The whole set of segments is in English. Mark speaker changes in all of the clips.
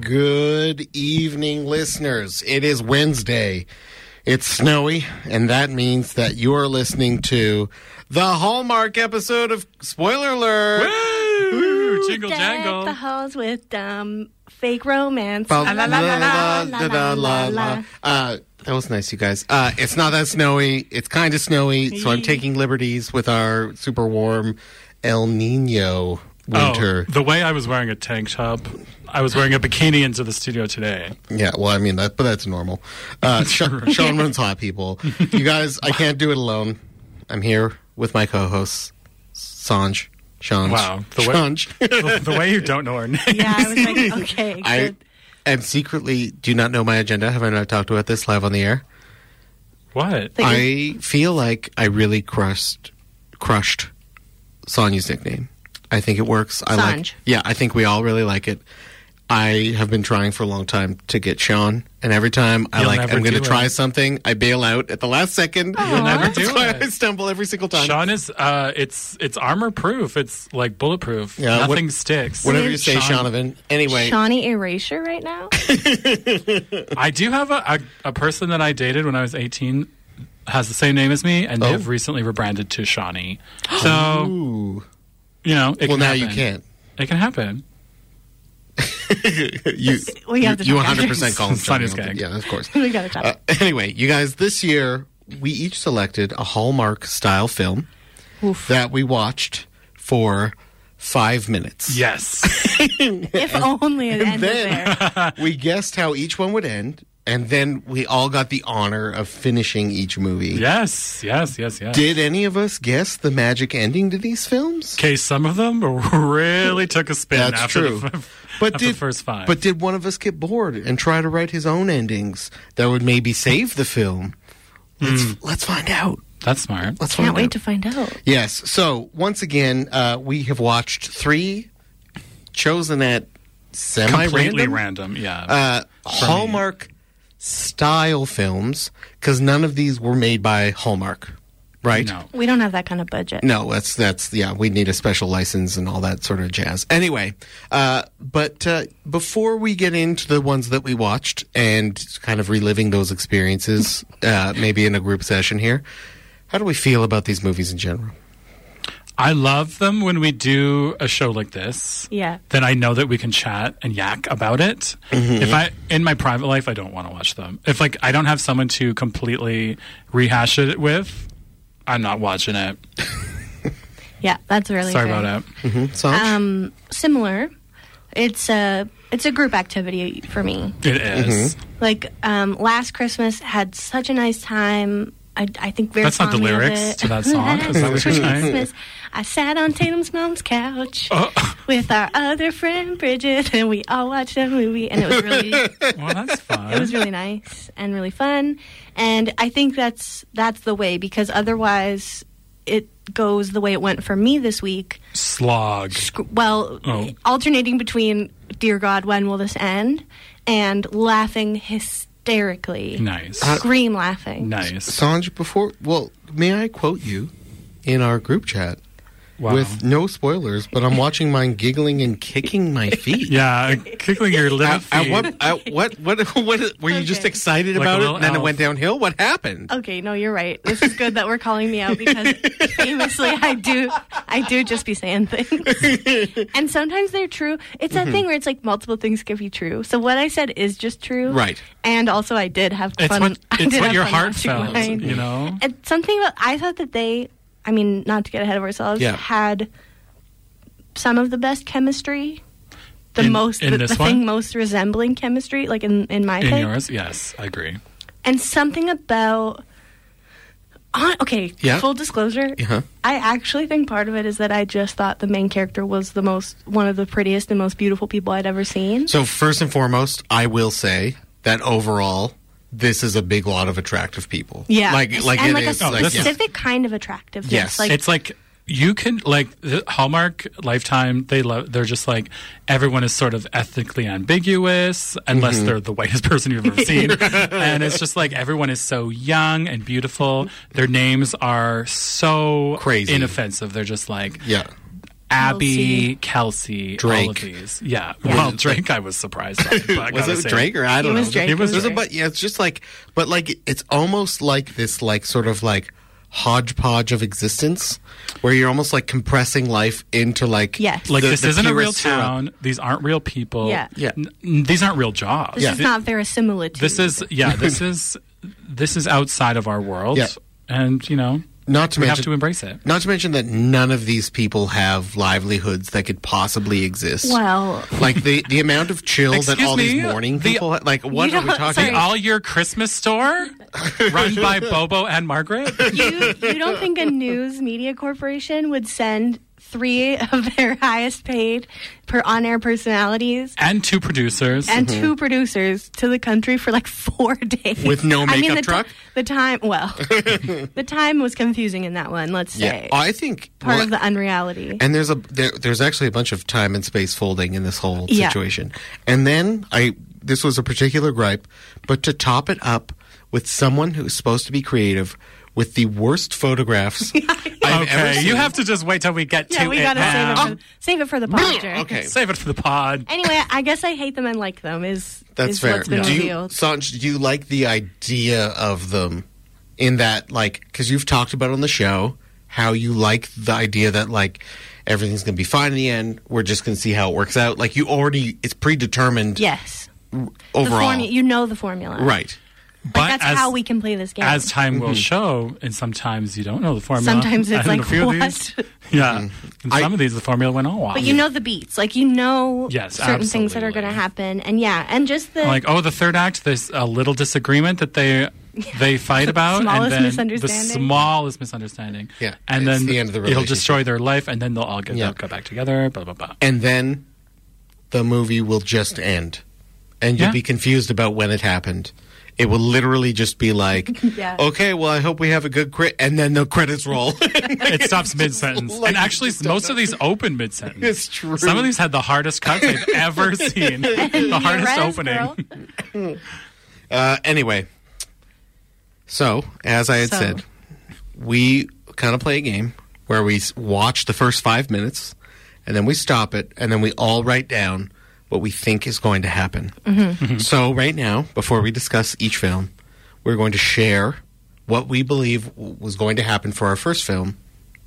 Speaker 1: Good evening, listeners. It is Wednesday. It's snowy, and that means that you are listening to the Hallmark episode of Spoiler Alert.
Speaker 2: Woo! Jingle
Speaker 3: Deck
Speaker 2: jangle.
Speaker 3: the halls with um, fake romance.
Speaker 1: Ba-
Speaker 2: la, la, la, la,
Speaker 1: da, da, la, la. Uh, That was nice, you guys. Uh, it's not that snowy. It's kind of snowy, so I'm taking liberties with our super warm El Nino winter.
Speaker 2: Oh, the way I was wearing a tank top, I was wearing a bikini into the studio today.
Speaker 1: Yeah, well, I mean that, but that's normal. Uh, Sh- Sean runs hot, people. You guys, I can't do it alone. I'm here with my co-hosts, Sanj, Sean,
Speaker 2: Wow, the way-
Speaker 1: Seanj.
Speaker 2: the, the way you don't know her name.
Speaker 3: yeah, I was like, okay,
Speaker 1: I
Speaker 3: good.
Speaker 1: am secretly do not know my agenda. Have I not talked about this live on the air?
Speaker 2: What?
Speaker 3: But you-
Speaker 1: I feel like I really crushed, crushed Sonya's nickname. I think it works. I
Speaker 3: Sanj.
Speaker 1: like. Yeah, I think we all really like it. I have been trying for a long time to get Sean, and every time I
Speaker 2: You'll
Speaker 1: like,
Speaker 2: never
Speaker 1: I'm going to
Speaker 2: do
Speaker 1: try
Speaker 2: it.
Speaker 1: something. I bail out at the last second.
Speaker 2: You'll never
Speaker 1: That's
Speaker 2: do
Speaker 1: why I
Speaker 2: it.
Speaker 1: stumble every single time.
Speaker 2: Sean is uh it's it's armor proof. It's like bulletproof.
Speaker 1: Yeah, what-
Speaker 2: Nothing sticks.
Speaker 1: Whatever you say,
Speaker 2: Sean-
Speaker 1: Shonovan. Anyway,
Speaker 3: Shawnee Erasure right now?
Speaker 2: I do have a, a a person that I dated when I was 18 has the same name as me and
Speaker 1: Oh.
Speaker 2: they've recently rebranded to Shawnee. So,
Speaker 1: Ooh.
Speaker 2: you know, it
Speaker 1: well
Speaker 2: can
Speaker 1: now you
Speaker 2: happen.
Speaker 1: can't.
Speaker 2: It can happen.
Speaker 1: You
Speaker 3: We have to
Speaker 1: you
Speaker 3: talk after.
Speaker 1: 100 percent call him Sean.
Speaker 2: Sonya's gag.
Speaker 1: Yeah, of course.
Speaker 3: we gotta talk.
Speaker 1: Uh, anyway, you guys, this year we each selected a Hallmark style film
Speaker 3: Oof.
Speaker 1: that we watched for five minutes.
Speaker 2: Yes.
Speaker 3: if only it ended
Speaker 1: then-
Speaker 3: there.
Speaker 1: We guessed how each one would end, and then we all got the honor of finishing each movie.
Speaker 2: yes. Yes, yes, yes.
Speaker 1: Did any of us guess the magic ending to these films?
Speaker 2: Okay, some of them really took a spin
Speaker 1: That's
Speaker 2: after
Speaker 1: true.
Speaker 2: the f-
Speaker 1: But
Speaker 2: after
Speaker 1: did
Speaker 2: the first five.
Speaker 1: But did one of us get bored and try to write his own endings that would maybe save the film? Let's,
Speaker 2: Hmm.
Speaker 1: let's find out.
Speaker 2: That's smart.
Speaker 1: Let's
Speaker 3: Can't
Speaker 1: find out.
Speaker 3: wait to find out.
Speaker 1: Yes. So once again, uh, we have watched three chosen at semi
Speaker 2: Completely
Speaker 1: random
Speaker 2: random, yeah.
Speaker 1: uh, Hallmark style films because none of these were made by Hallmark, right?
Speaker 2: No.
Speaker 3: We don't have that kind of budget.
Speaker 1: No, that's that's yeah. We need a special license and all that sort of jazz. Anyway, uh, but uh, before we get into the ones that we watched and kind of reliving those experiences, uh, maybe in a group session here, how do we feel about these movies in general?
Speaker 2: I love them when we do a show like this.
Speaker 3: Yeah.
Speaker 2: Then I know that we can chat and yak about it.
Speaker 1: Mm-hmm.
Speaker 2: If I in my private life I don't want to watch them. If like I don't have someone to completely rehash it with, I'm not watching it.
Speaker 3: Yeah, that's really
Speaker 2: Sorry
Speaker 3: fair.
Speaker 2: about it.
Speaker 1: Sanj?
Speaker 3: Um, similar. It's a it's a group activity for me.
Speaker 2: It is.
Speaker 1: Mm-hmm.
Speaker 3: Like um, last Christmas had such a nice time. I, I think very
Speaker 2: That's not the
Speaker 3: fondly of
Speaker 2: lyrics
Speaker 3: it.
Speaker 2: to that song. Is that what you're
Speaker 3: Last
Speaker 2: saying? Oh.
Speaker 3: Christmas, I sat on Tatum's mom's couch with our other friend Bridget, and we all watched a movie, and it was really it
Speaker 2: Well, that's fun.
Speaker 3: was really nice and really fun. And I think that's that's the way because otherwise it goes the way it went for me this week.
Speaker 2: Slog.
Speaker 3: Sc- Well,
Speaker 2: Oh.
Speaker 3: alternating between "Dear God, when will this end?" and laughing hysterically
Speaker 2: Nice.
Speaker 1: Uh,
Speaker 3: scream laughing.
Speaker 2: nice.
Speaker 1: Sanj, before, well, may I quote you in our group chat
Speaker 2: Wow.
Speaker 1: with no spoilers, but I'm watching mine giggling and kicking my feet.
Speaker 2: yeah, tickling your little
Speaker 1: At, at
Speaker 2: feet.
Speaker 1: what, at what, what, what, were you just
Speaker 3: Okay.
Speaker 1: excited
Speaker 2: Like a
Speaker 1: about it
Speaker 2: little
Speaker 1: and then it
Speaker 2: elf.
Speaker 1: went downhill? What happened?
Speaker 3: Okay, no, you're right. This is good that we're calling me out because famously I do I do just be saying things. and sometimes they're true. It's that
Speaker 2: Mm-hmm.
Speaker 3: thing where it's like multiple things can be true. So what I said is just true.
Speaker 1: Right.
Speaker 3: And also I did have
Speaker 2: It's
Speaker 3: fun.
Speaker 2: what
Speaker 3: I
Speaker 2: it's
Speaker 3: did
Speaker 2: what
Speaker 3: have
Speaker 2: your
Speaker 3: fun
Speaker 2: heart
Speaker 3: watching
Speaker 2: felt,
Speaker 3: mine.
Speaker 2: you know.
Speaker 3: It's something about I thought that they I mean, not to get ahead of ourselves,
Speaker 1: Yeah.
Speaker 3: had some of the best chemistry. The
Speaker 2: In-
Speaker 3: most
Speaker 2: in
Speaker 3: the,
Speaker 2: this
Speaker 3: the
Speaker 2: one?
Speaker 3: thing most resembling chemistry, like in, in my
Speaker 2: In
Speaker 3: thing.
Speaker 2: yours? Yes, I agree.
Speaker 3: and something about Hon- okay
Speaker 1: Yeah.
Speaker 3: full disclosure
Speaker 1: Uh-huh.
Speaker 3: i actually think part of it is that i just thought the main character was the most one of the prettiest and most beautiful people i'd ever seen
Speaker 1: So, first and foremost, I will say that overall, this is a big lot of attractive people.
Speaker 3: yeah
Speaker 1: Like, like
Speaker 3: and
Speaker 1: it
Speaker 3: like
Speaker 1: is,
Speaker 3: a
Speaker 2: Oh, this is-
Speaker 3: specific kind of attractiveness
Speaker 1: Yes.
Speaker 3: like
Speaker 2: it's like you can like the Hallmark Lifetime. They love. They're just like everyone is sort of ethnically ambiguous, unless
Speaker 1: Mm-hmm.
Speaker 2: they're the whitest person you've ever seen. and it's just like everyone is so young and beautiful. Their names are so
Speaker 1: Crazy.
Speaker 2: inoffensive. They're just like
Speaker 1: yeah.
Speaker 2: Abby, Kelsey, all of
Speaker 1: Drake.
Speaker 2: these. Yeah. Well, Drake, I was surprised. By, but I
Speaker 1: was
Speaker 2: gotta
Speaker 1: it
Speaker 2: say-
Speaker 1: Drake or I don't know?
Speaker 3: was Drake,
Speaker 2: it was
Speaker 1: There's a
Speaker 3: Drake.
Speaker 1: but yeah, it's just like but like it's almost like this like sort of like hodgepodge of existence where you're almost like compressing life into like
Speaker 3: Yes.
Speaker 2: Like
Speaker 1: the-
Speaker 2: this
Speaker 1: the
Speaker 2: isn't a real
Speaker 1: purest syrup.
Speaker 2: town. These aren't real people.
Speaker 3: Yeah.
Speaker 1: Yeah.
Speaker 2: N- n- these aren't real jobs.
Speaker 3: This is not verisimilitude.
Speaker 2: This is yeah. This is this is outside of our world.
Speaker 1: Yeah.
Speaker 2: And you know,
Speaker 1: Not to
Speaker 2: we
Speaker 1: mention
Speaker 2: have to embrace it.
Speaker 1: Not to mention that none of these people have livelihoods that could possibly exist.
Speaker 3: well.
Speaker 1: Like the, the amount of chill that
Speaker 2: Excuse
Speaker 1: all
Speaker 2: me,
Speaker 1: these morning
Speaker 2: the-
Speaker 1: people ha- like what
Speaker 3: You
Speaker 1: are we
Speaker 3: don't-
Speaker 1: talking
Speaker 3: sorry.
Speaker 1: about?
Speaker 2: All your Christmas store run by Bobo and Margaret.
Speaker 3: you, you don't think a news media corporation would send three of their highest paid per on air personalities
Speaker 2: And two producers.
Speaker 3: and
Speaker 1: Mm-hmm.
Speaker 3: two producers to the country for like four days
Speaker 1: With no
Speaker 3: I mean,
Speaker 1: makeup
Speaker 3: the ti-
Speaker 1: truck?
Speaker 3: the time, well, the time was confusing in that one. Let's say
Speaker 1: Yeah. I think
Speaker 3: part
Speaker 1: well,
Speaker 3: of the unreality.
Speaker 1: and there's a there, there's actually a bunch of time and space folding in this whole
Speaker 3: Yeah.
Speaker 1: situation. And then I this was a particular gripe, but to top it up with someone who's supposed to be creative with the worst photographs I've ever
Speaker 2: okay,
Speaker 1: seen.
Speaker 2: you have to just wait till we get
Speaker 3: yeah,
Speaker 2: to
Speaker 3: we
Speaker 2: it.
Speaker 3: gotta save it,
Speaker 2: now.
Speaker 3: for, save it for the posture.
Speaker 1: okay.
Speaker 2: Save it for the pod.
Speaker 3: Anyway, I guess I hate them and like them. Is
Speaker 1: That's
Speaker 3: is
Speaker 1: fair.
Speaker 3: What's been
Speaker 1: Do you,
Speaker 3: revealed.
Speaker 1: Sanj, do you like the idea of them in that, like, because you've talked about on the show how you like the idea that, like, everything's going to be fine in the end. We're just going to see how it works out. Like, you already, it's predetermined
Speaker 3: yes,
Speaker 1: overall.
Speaker 3: the formu- you know the formula,
Speaker 1: right.
Speaker 2: But
Speaker 3: Like, that's
Speaker 2: as,
Speaker 3: how we can play this game.
Speaker 2: as time
Speaker 1: Mm-hmm.
Speaker 2: will show, and sometimes you don't know the formula.
Speaker 3: Sometimes it's
Speaker 2: And
Speaker 3: like,
Speaker 2: a few of
Speaker 3: what?
Speaker 2: these- yeah.
Speaker 1: Mm-hmm.
Speaker 2: And some of these, the formula went all off.
Speaker 3: But you know the beats, like you know
Speaker 2: Yes,
Speaker 3: certain things that are
Speaker 2: absolutely.
Speaker 3: going to happen, and yeah, and just the
Speaker 2: like oh the third act there's a little disagreement that they they fight about
Speaker 3: smallest
Speaker 2: and then
Speaker 3: misunderstanding.
Speaker 2: the smallest misunderstanding
Speaker 1: Yeah,
Speaker 2: and
Speaker 1: it's
Speaker 2: then
Speaker 1: the end of the
Speaker 2: it'll
Speaker 1: relationship.
Speaker 2: destroy their life and then they'll all get
Speaker 1: Yeah.
Speaker 2: they'll go back together blah blah blah
Speaker 1: And then the movie will just end. And you'll
Speaker 2: Yeah.
Speaker 1: be confused about when it happened. It will literally just be like,
Speaker 3: Yeah.
Speaker 1: okay, well, I hope we have a good crit. And then the credits roll.
Speaker 2: it stops mid-sentence
Speaker 1: like
Speaker 2: and
Speaker 1: you
Speaker 2: actually
Speaker 1: just don't
Speaker 2: most of these open mid-sentence
Speaker 1: It's true.
Speaker 2: some of these had the hardest cuts i've ever seen the hardest
Speaker 3: Perez
Speaker 2: opening
Speaker 3: girl.
Speaker 1: Uh, anyway, so as I had
Speaker 3: So.
Speaker 1: said, we kind of play a game where we s- watch the first five minutes, and then we stop it, and then we all write down what we think is going to happen. So right now, before we discuss each film, we're going to share what we believe w- was going to happen for our first film,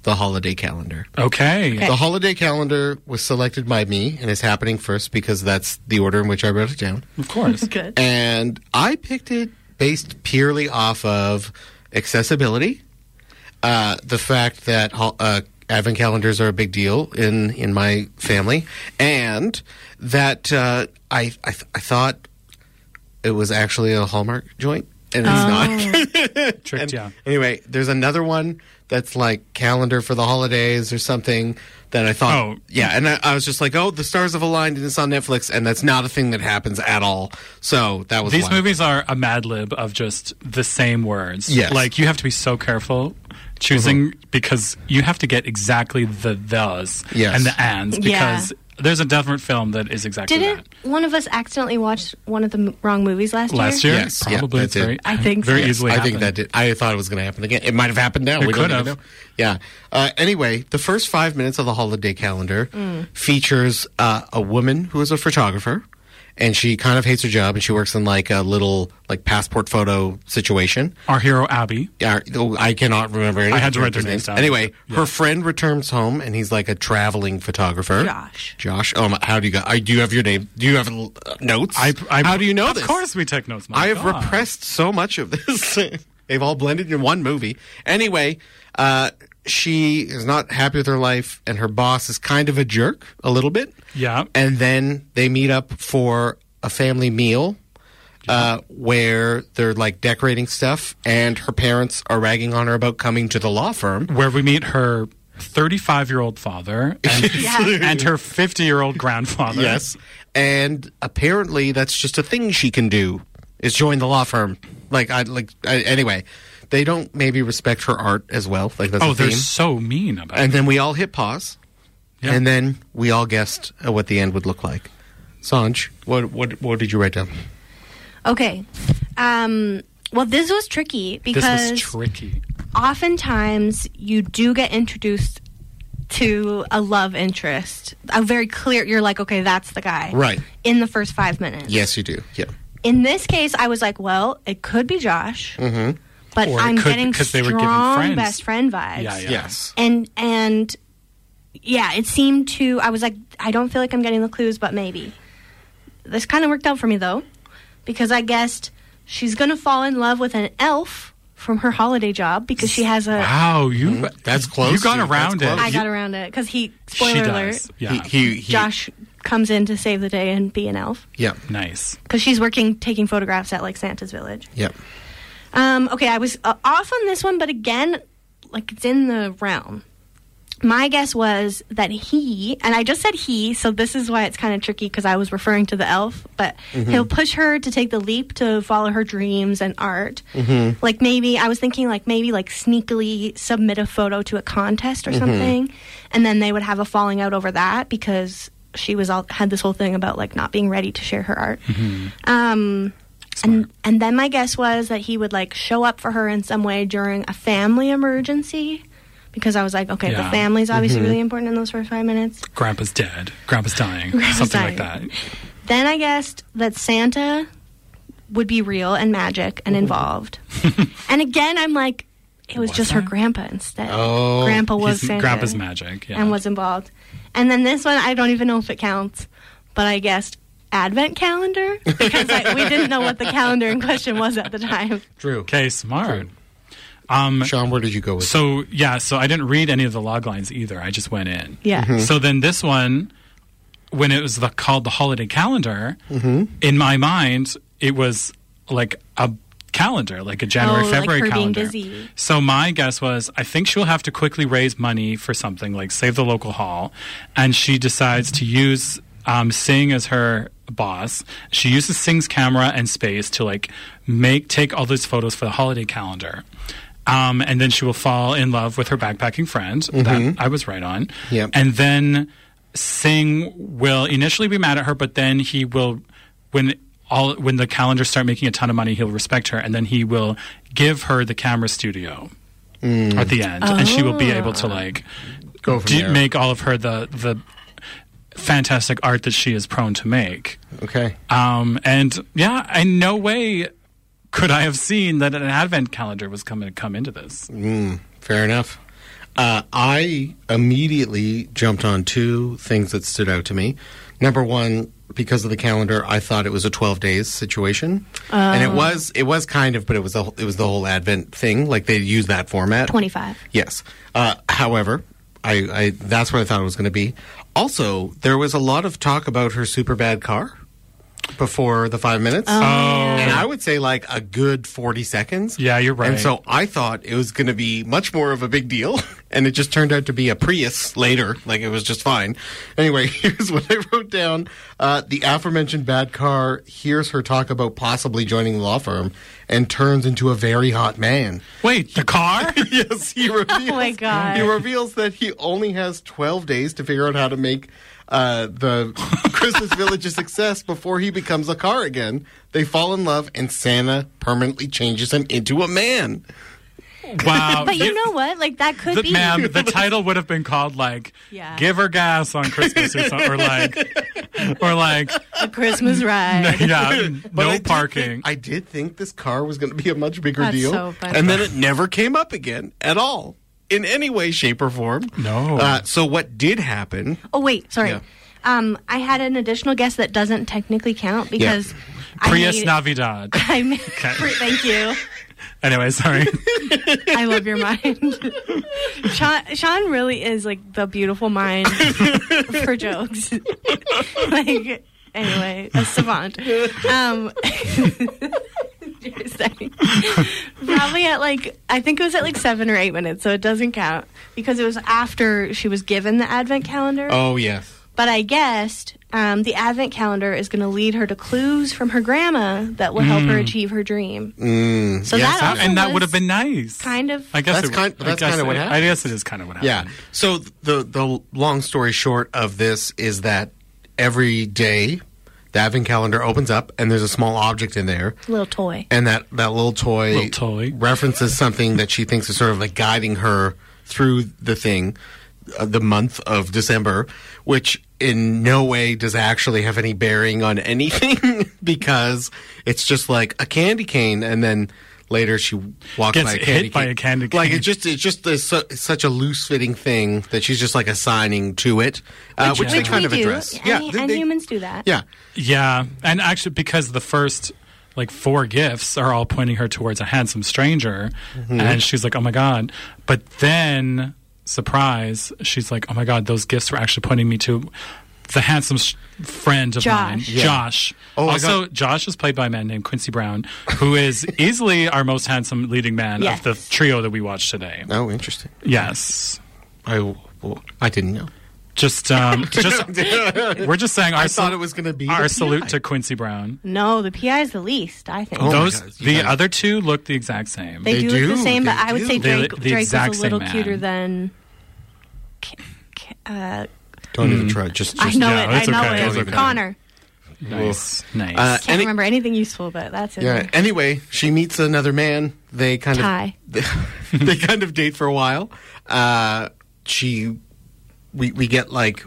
Speaker 1: the holiday calendar.
Speaker 2: okay,
Speaker 1: The holiday calendar was selected by me and is happening first because that's the order in which I wrote it down
Speaker 2: of course
Speaker 3: Good.
Speaker 1: and I picked it based purely off of accessibility, uh, the fact that hol- uh, advent calendars are a big deal in in my family, and that uh, I I, th- I thought it was actually a Hallmark joint, and it's not.
Speaker 2: tricked yeah
Speaker 1: Anyway, there's another one that's like calendar for the holidays or something that I thought.
Speaker 2: Oh.
Speaker 1: yeah. And I, I was just like, oh, the stars have aligned and it's on Netflix, and that's not a thing that happens at all. So that was
Speaker 2: These
Speaker 1: why.
Speaker 2: movies are a mad lib of just the same words.
Speaker 1: Yes. Mm-hmm.
Speaker 2: Like you have to be so careful choosing because you have to get exactly the the's
Speaker 1: Yes.
Speaker 2: and the ands
Speaker 3: Yeah.
Speaker 2: because there's a different film that is exactly
Speaker 3: Didn't one of us accidentally watch one of the m- wrong movies last
Speaker 2: that. Last year,
Speaker 1: Yes, yeah,
Speaker 2: probably
Speaker 1: that
Speaker 2: it's
Speaker 1: did.
Speaker 2: very,
Speaker 3: I think so.
Speaker 2: very
Speaker 3: Yes,
Speaker 2: easily.
Speaker 1: I think
Speaker 2: happened.
Speaker 1: that did. I thought it was going to happen again. It might have happened now.
Speaker 2: It
Speaker 1: we don't
Speaker 2: could
Speaker 1: even
Speaker 2: have.
Speaker 1: know. Yeah. Uh, anyway, the first five minutes of the holiday calendar features uh, a woman who is a photographer, and she kind of hates her job, and she works in like a little like passport photo situation.
Speaker 2: Our hero Abby.
Speaker 1: Yeah, I cannot remember. Any
Speaker 2: I had to
Speaker 1: of
Speaker 2: write their
Speaker 1: their
Speaker 2: names down.
Speaker 1: Anyway, her friend returns home, and he's like a traveling photographer.
Speaker 3: Josh.
Speaker 1: Josh. Oh, my, how do you got? I do you have your name? Do you have uh, notes?
Speaker 2: I, I,
Speaker 1: how do you know
Speaker 2: Of
Speaker 1: this?
Speaker 2: course, we take notes. my
Speaker 1: I have
Speaker 2: God.
Speaker 1: repressed so much of this. They've all blended in one movie. Anyway, uh, she is not happy with her life, and her boss is kind of a jerk, a little bit.
Speaker 2: Yeah.
Speaker 1: And then they meet up for a family meal. Uh, where they're like decorating stuff, and her parents are ragging on her about coming to the law firm.
Speaker 2: Where we meet her 35 year old father and, and her 50 year old grandfather.
Speaker 1: and apparently that's just a thing she can do is join the law firm. Like I like I, anyway, they don't maybe respect her art as well. Like that's
Speaker 2: Oh,
Speaker 1: a
Speaker 2: they're
Speaker 1: theme.
Speaker 2: so mean about
Speaker 1: and
Speaker 2: it.
Speaker 1: then we all hit pause,
Speaker 2: Yeah.
Speaker 1: and then we all guessed at what the end would look like. Sanj, what what what did you write down?
Speaker 3: Okay. Um, well, this was tricky
Speaker 2: This was
Speaker 3: because
Speaker 2: tricky.
Speaker 3: oftentimes you do get introduced to a love interest, a very clear, you're like, okay, that's the guy.
Speaker 1: Right.
Speaker 3: In the first five minutes.
Speaker 1: Yes, you do. Yeah.
Speaker 3: In this case, I was like, well, it could be Josh, but
Speaker 2: Mm-hmm. Or it
Speaker 3: I'm
Speaker 2: could-
Speaker 3: getting
Speaker 2: 'cause they were given
Speaker 3: strong
Speaker 2: friends.
Speaker 3: best friend vibes.
Speaker 2: Yeah, yeah.
Speaker 1: Yes.
Speaker 3: And, and, yeah, it seemed to, I was like, I don't feel like I'm getting the clues, but maybe. This kind of worked out for me, though, because I guessed she's going to fall in love with an elf from her holiday job because she has a.
Speaker 2: Wow, you
Speaker 1: That's close,
Speaker 2: You got
Speaker 1: dude.
Speaker 2: around
Speaker 1: That's
Speaker 2: it.
Speaker 1: close.
Speaker 3: I
Speaker 2: You-
Speaker 3: got around it because he. Spoiler
Speaker 2: she
Speaker 3: alert.
Speaker 2: does. Yeah.
Speaker 1: He, he, he-
Speaker 3: Josh comes in to save the day and be an elf
Speaker 1: Yeah.
Speaker 2: nice.
Speaker 3: because she's working taking photographs at like Santa's village.
Speaker 1: Yeah.
Speaker 3: Um, okay, I was uh, off on this one, but again, like it's in the realm. My guess was that he, and I just said he, so this is why it's kind of tricky because I was referring to the elf, but he'll push her to take the leap to follow her dreams and art. Like maybe, I was thinking like maybe like sneakily submit a photo to a contest or something, and then they would have a falling out over that because she was all had this whole thing about like not being ready to share her art. Um, and and then my guess was that he would like show up for her in some way during a family emergency, because I was like, okay, the
Speaker 2: Yeah.
Speaker 3: family's obviously really important in those first five minutes.
Speaker 2: Grandpa's dead. Grandpa's dying.
Speaker 3: Grandpa's
Speaker 2: something like that.
Speaker 3: dying. Then I guessed that Santa would be real and magic and involved. and again, I'm like, it was just her
Speaker 2: Wasn't?
Speaker 3: grandpa instead.
Speaker 1: Oh.
Speaker 3: grandpa was
Speaker 2: He's-
Speaker 3: Santa.
Speaker 2: Grandpa's magic. Yeah.
Speaker 3: and was involved. And then this one, I don't even know if it counts, but I guessed advent calendar because like, we didn't know what the calendar in question was at the time.
Speaker 2: Mm-hmm.
Speaker 1: Drew.
Speaker 2: okay, smart.
Speaker 1: Sean, where did you go with
Speaker 2: So yeah, so I didn't read any of the log lines either. I just went in.
Speaker 3: Yeah.
Speaker 2: So then this one, when it was the, called the holiday calendar, in my mind it was like a calendar, like a January
Speaker 3: Oh, like
Speaker 2: February
Speaker 3: her being
Speaker 2: calendar.
Speaker 3: busy.
Speaker 2: So my guess was, I think she'll have to quickly raise money for something like save the local hall, and she decides to use um, Sing as her boss. She uses Sing's camera and space to like make take all these photos for the holiday calendar. Um, and then she will fall in love with her backpacking friend. That I was right on.
Speaker 1: Yep.
Speaker 2: And then Singh will initially be mad at her, but then he will, when all when the calendars start making a ton of money, he'll respect her, and then he will give her the camera studio at the end, and she will be
Speaker 3: Oh.
Speaker 2: able to like
Speaker 1: Mm. Go from
Speaker 2: do-
Speaker 1: there.
Speaker 2: make all of her the the fantastic art that she is prone to make.
Speaker 1: Okay.
Speaker 2: Um, and yeah, in no way could I have seen that an advent calendar was coming to come into this.
Speaker 1: Mm. Fair enough. Uh, I immediately jumped on two things that stood out to me. Number one, because of the calendar, I thought it was a twelve days situation, and it was it was kind of, but it was the whole- it was the whole Advent thing. Like they used that format.
Speaker 3: 25.
Speaker 1: Yes. Uh, however, I, I that's what I thought it was going to be. Also, there was a lot of talk about her super bad car before the five minutes,
Speaker 2: Oh.
Speaker 1: and I would say like a good forty seconds.
Speaker 2: Yeah, you're right.
Speaker 1: And so I thought it was going to be much more of a big deal, and it just turned out to be a Prius later. Like it was just fine. Anyway, here's what I wrote down: uh, the aforementioned bad car hears her talk about possibly joining the law firm, and turns into a very hot man
Speaker 2: Wait, the car?
Speaker 1: yes, he reveals.
Speaker 3: Oh my God.
Speaker 1: He reveals that he only has twelve days to figure out how to make uh, the Christmas Village a success before he becomes a car again. They fall in love, and Santa permanently changes him into a man.
Speaker 2: wow.
Speaker 3: But you know what? Like that could
Speaker 2: the,
Speaker 3: be.
Speaker 2: ma'am, the title would have been called like
Speaker 3: Yeah.
Speaker 2: "Give Her Gas on Christmas" or something, or like, or like,
Speaker 3: a Christmas ride.
Speaker 2: yeah,
Speaker 1: But I
Speaker 2: no
Speaker 1: did
Speaker 2: parking.
Speaker 1: think- I did think this car was going to be a much bigger
Speaker 3: That's
Speaker 1: deal,
Speaker 3: so funny.
Speaker 1: and then it never came up again at all. In any way, shape, or form.
Speaker 2: No.
Speaker 1: Uh, so what did happen?
Speaker 3: Oh wait, sorry.
Speaker 1: Yeah.
Speaker 3: Um, I had an additional guess that doesn't technically count because I
Speaker 2: Prius
Speaker 3: made-
Speaker 2: Navidad.
Speaker 3: I made, Thank you.
Speaker 2: Anyway, sorry.
Speaker 3: I love your mind. Sean, Sean really is like the beautiful mind for jokes. like, anyway, a savant. Um, sorry. Probably at like, I think it was at like seven or eight minutes, so it doesn't count because it was after she was given the advent calendar.
Speaker 1: Oh yes.
Speaker 3: But I guessed um, the advent calendar is going to lead her to clues from her grandma that will help her achieve her dream. so
Speaker 1: Yes,
Speaker 3: that also
Speaker 2: and that would have
Speaker 3: was
Speaker 2: been nice.
Speaker 3: kind of
Speaker 2: I guess
Speaker 1: That's
Speaker 2: it,
Speaker 1: kind-
Speaker 2: I
Speaker 1: that's
Speaker 2: guess
Speaker 1: kinda what
Speaker 2: it- I
Speaker 1: happened.
Speaker 2: guess it is kind of what
Speaker 1: Yeah.
Speaker 2: happened.
Speaker 1: So th- the the long story short of this is that every day the advent calendar opens up and there's a small object in there
Speaker 3: little toy.
Speaker 1: and that that little toy,
Speaker 2: Little toy.
Speaker 1: references something that she thinks is sort of like guiding her through the thing. uh, the month of December, which in no way does actually have any bearing on anything because it's just like a candy cane, and then later she walks
Speaker 2: Gets
Speaker 1: by a
Speaker 2: hit
Speaker 1: candy
Speaker 2: by
Speaker 1: cane.
Speaker 2: a candy
Speaker 1: Like
Speaker 2: cane.
Speaker 1: it's just it's just a, su- such a loose fitting thing that she's just like assigning to it, uh, which, they
Speaker 3: Which
Speaker 1: kind
Speaker 3: we
Speaker 1: of
Speaker 3: do.
Speaker 1: address.
Speaker 3: And,
Speaker 1: yeah,
Speaker 3: and
Speaker 1: they- they-
Speaker 3: humans do that.
Speaker 1: yeah.
Speaker 2: Yeah, and actually, because the first like four gifts are all pointing her towards a handsome stranger, and she's like, "Oh my god!" But then, surprise, she's like, "Oh my god, those gifts were actually pointing me to the handsome sh- friend of mine,
Speaker 3: Josh.
Speaker 2: Josh."
Speaker 1: Oh, I
Speaker 2: also, Josh is played by a man named Quincy Brown, who is easily our most handsome leading man
Speaker 3: Yes.
Speaker 2: of the trio that we watched today.
Speaker 1: Oh, interesting.
Speaker 2: Yes.
Speaker 1: I well, I didn't know.
Speaker 2: Just, um, just we're just saying. Our I
Speaker 1: thought it was gonna be
Speaker 2: our
Speaker 1: the
Speaker 2: salute
Speaker 1: PI.
Speaker 2: to Quincy Brown.
Speaker 3: No, the PI is the least, I think.
Speaker 1: Oh my
Speaker 2: Those
Speaker 1: God, you
Speaker 2: the
Speaker 1: guys-
Speaker 2: other two look the exact same.
Speaker 3: they,
Speaker 1: They
Speaker 3: do, look
Speaker 1: do,
Speaker 3: the same, but
Speaker 1: they
Speaker 3: I would
Speaker 1: do.
Speaker 3: say
Speaker 2: They
Speaker 3: Drake,
Speaker 2: look the
Speaker 3: Drake
Speaker 2: exact
Speaker 3: was a
Speaker 2: same
Speaker 3: little
Speaker 2: man.
Speaker 3: cuter than. K- K- uh,
Speaker 1: Don't even try. Just,
Speaker 3: I
Speaker 1: just
Speaker 3: know
Speaker 2: yeah,
Speaker 3: it.
Speaker 2: it's
Speaker 3: I know
Speaker 2: okay, it's
Speaker 3: it.
Speaker 2: okay.
Speaker 3: Connor.
Speaker 2: nice, nice.
Speaker 1: Uh,
Speaker 3: Can't
Speaker 1: Any-
Speaker 3: remember anything useful, but that's it.
Speaker 1: Yeah. Anyway, she meets another man. They kind
Speaker 3: Ty.
Speaker 1: of they, kind of date for a while. Uh, she we we get like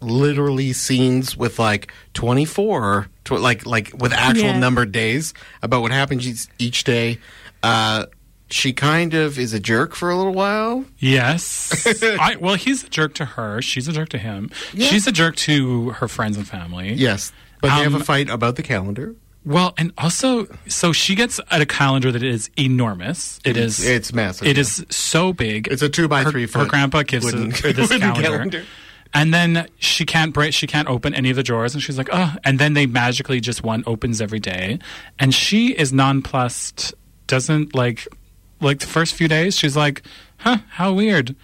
Speaker 1: literally scenes with like 24 tw- like like with actual
Speaker 3: Yeah.
Speaker 1: numbered days about what happens each, each day. Uh, she kind of is a jerk for a little while.
Speaker 2: yes. I, well, he's a jerk to her. She's a jerk to him. She's a jerk to her friends and family.
Speaker 1: Yes. But they have
Speaker 2: Um,
Speaker 1: a fight about the calendar.
Speaker 2: Well, and also, so she gets a calendar that is enormous. It is.
Speaker 1: It's massive.
Speaker 2: It is so big.
Speaker 1: It's a two by
Speaker 2: her,
Speaker 1: three
Speaker 2: Her
Speaker 1: foot
Speaker 2: grandpa gives
Speaker 1: wooden-
Speaker 2: her this
Speaker 1: wooden
Speaker 2: calendar.
Speaker 1: calendar.
Speaker 2: And then she can't break, she can't open any of the drawers, and she's like, "Oh!" And then they magically just one opens every day, and she is nonplussed. Doesn't like, like the first few days, she's like, "Huh? How weird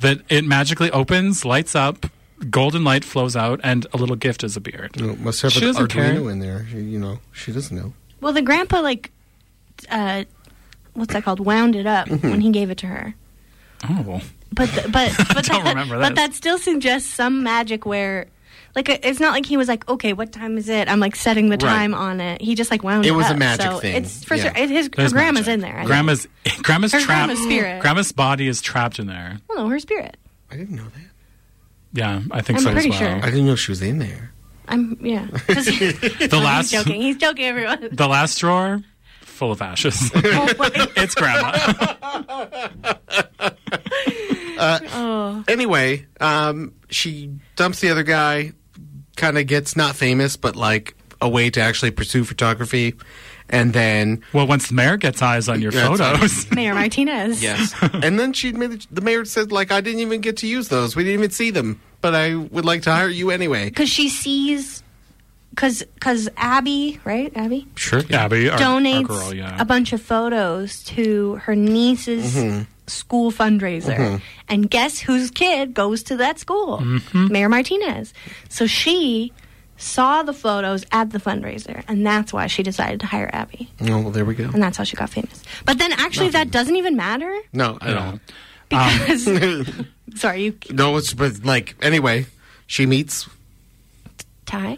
Speaker 2: that it magically opens, lights up, golden light flows out, and a little gift is a beard."
Speaker 1: You know, must have
Speaker 2: She
Speaker 1: an
Speaker 2: doesn't
Speaker 1: Arduino
Speaker 2: care.
Speaker 1: in there. She, you know, she doesn't know.
Speaker 3: Well, the grandpa like, uh, what's that called? Wound it up
Speaker 1: Mm-hmm.
Speaker 3: when he gave it to her.
Speaker 2: Oh,
Speaker 3: But th- but but
Speaker 2: don't
Speaker 3: that,
Speaker 2: remember
Speaker 3: but
Speaker 2: this.
Speaker 3: that still suggests some magic where. Like uh, it's not like he was like, okay, what time is it? I'm like setting the
Speaker 1: Right.
Speaker 3: time on it. He just like wound it.
Speaker 1: It was a
Speaker 3: up.
Speaker 1: magic
Speaker 3: so
Speaker 1: thing.
Speaker 3: It's for
Speaker 1: Yeah.
Speaker 3: sure. It, his her
Speaker 2: There's
Speaker 3: grandma's
Speaker 2: magic.
Speaker 3: in there. I think.
Speaker 2: Grandma's grandma's
Speaker 3: Her
Speaker 2: trapped.
Speaker 3: grandma's spirit.
Speaker 2: Grandma's body is trapped in there.
Speaker 3: Well, no, her spirit.
Speaker 1: I didn't know that.
Speaker 2: Yeah, I think
Speaker 3: I'm
Speaker 2: so
Speaker 3: pretty
Speaker 2: as well.
Speaker 1: I didn't know she was in there.
Speaker 3: I'm yeah. 'Cause-
Speaker 2: The last,
Speaker 3: He's joking. He's joking, everyone.
Speaker 2: the last drawer, full of ashes.
Speaker 3: Oh, boy.
Speaker 2: it's grandma.
Speaker 3: oh,
Speaker 1: Anyway, um, she dumps the other guy, kind of gets not famous, but like a way to actually pursue photography. And then,
Speaker 2: well, once the mayor gets eyes on your
Speaker 1: Yeah, it's
Speaker 2: photos,
Speaker 3: Mayor Martinez.
Speaker 1: yes. and then she admitted, the mayor said, like, I didn't even get to use those. We didn't even see them, but I would like to hire you anyway.
Speaker 3: because she sees because because abby right abby
Speaker 1: Sure.
Speaker 2: Abby, our, our
Speaker 3: donates
Speaker 2: girl, yeah.
Speaker 3: a bunch of photos to her niece's
Speaker 2: Mm-hmm.
Speaker 3: school fundraiser and guess whose kid goes to that school
Speaker 2: Mm-hmm.
Speaker 3: mayor martinez so she saw the photos at the fundraiser and that's why she decided to hire abby
Speaker 1: Oh, well, there we go.
Speaker 3: and that's how she got famous but then actually that doesn't even matter
Speaker 1: No, I
Speaker 2: Yeah.
Speaker 1: don't.
Speaker 3: because sorry you
Speaker 1: No, it's, but like, anyway, she meets
Speaker 3: ty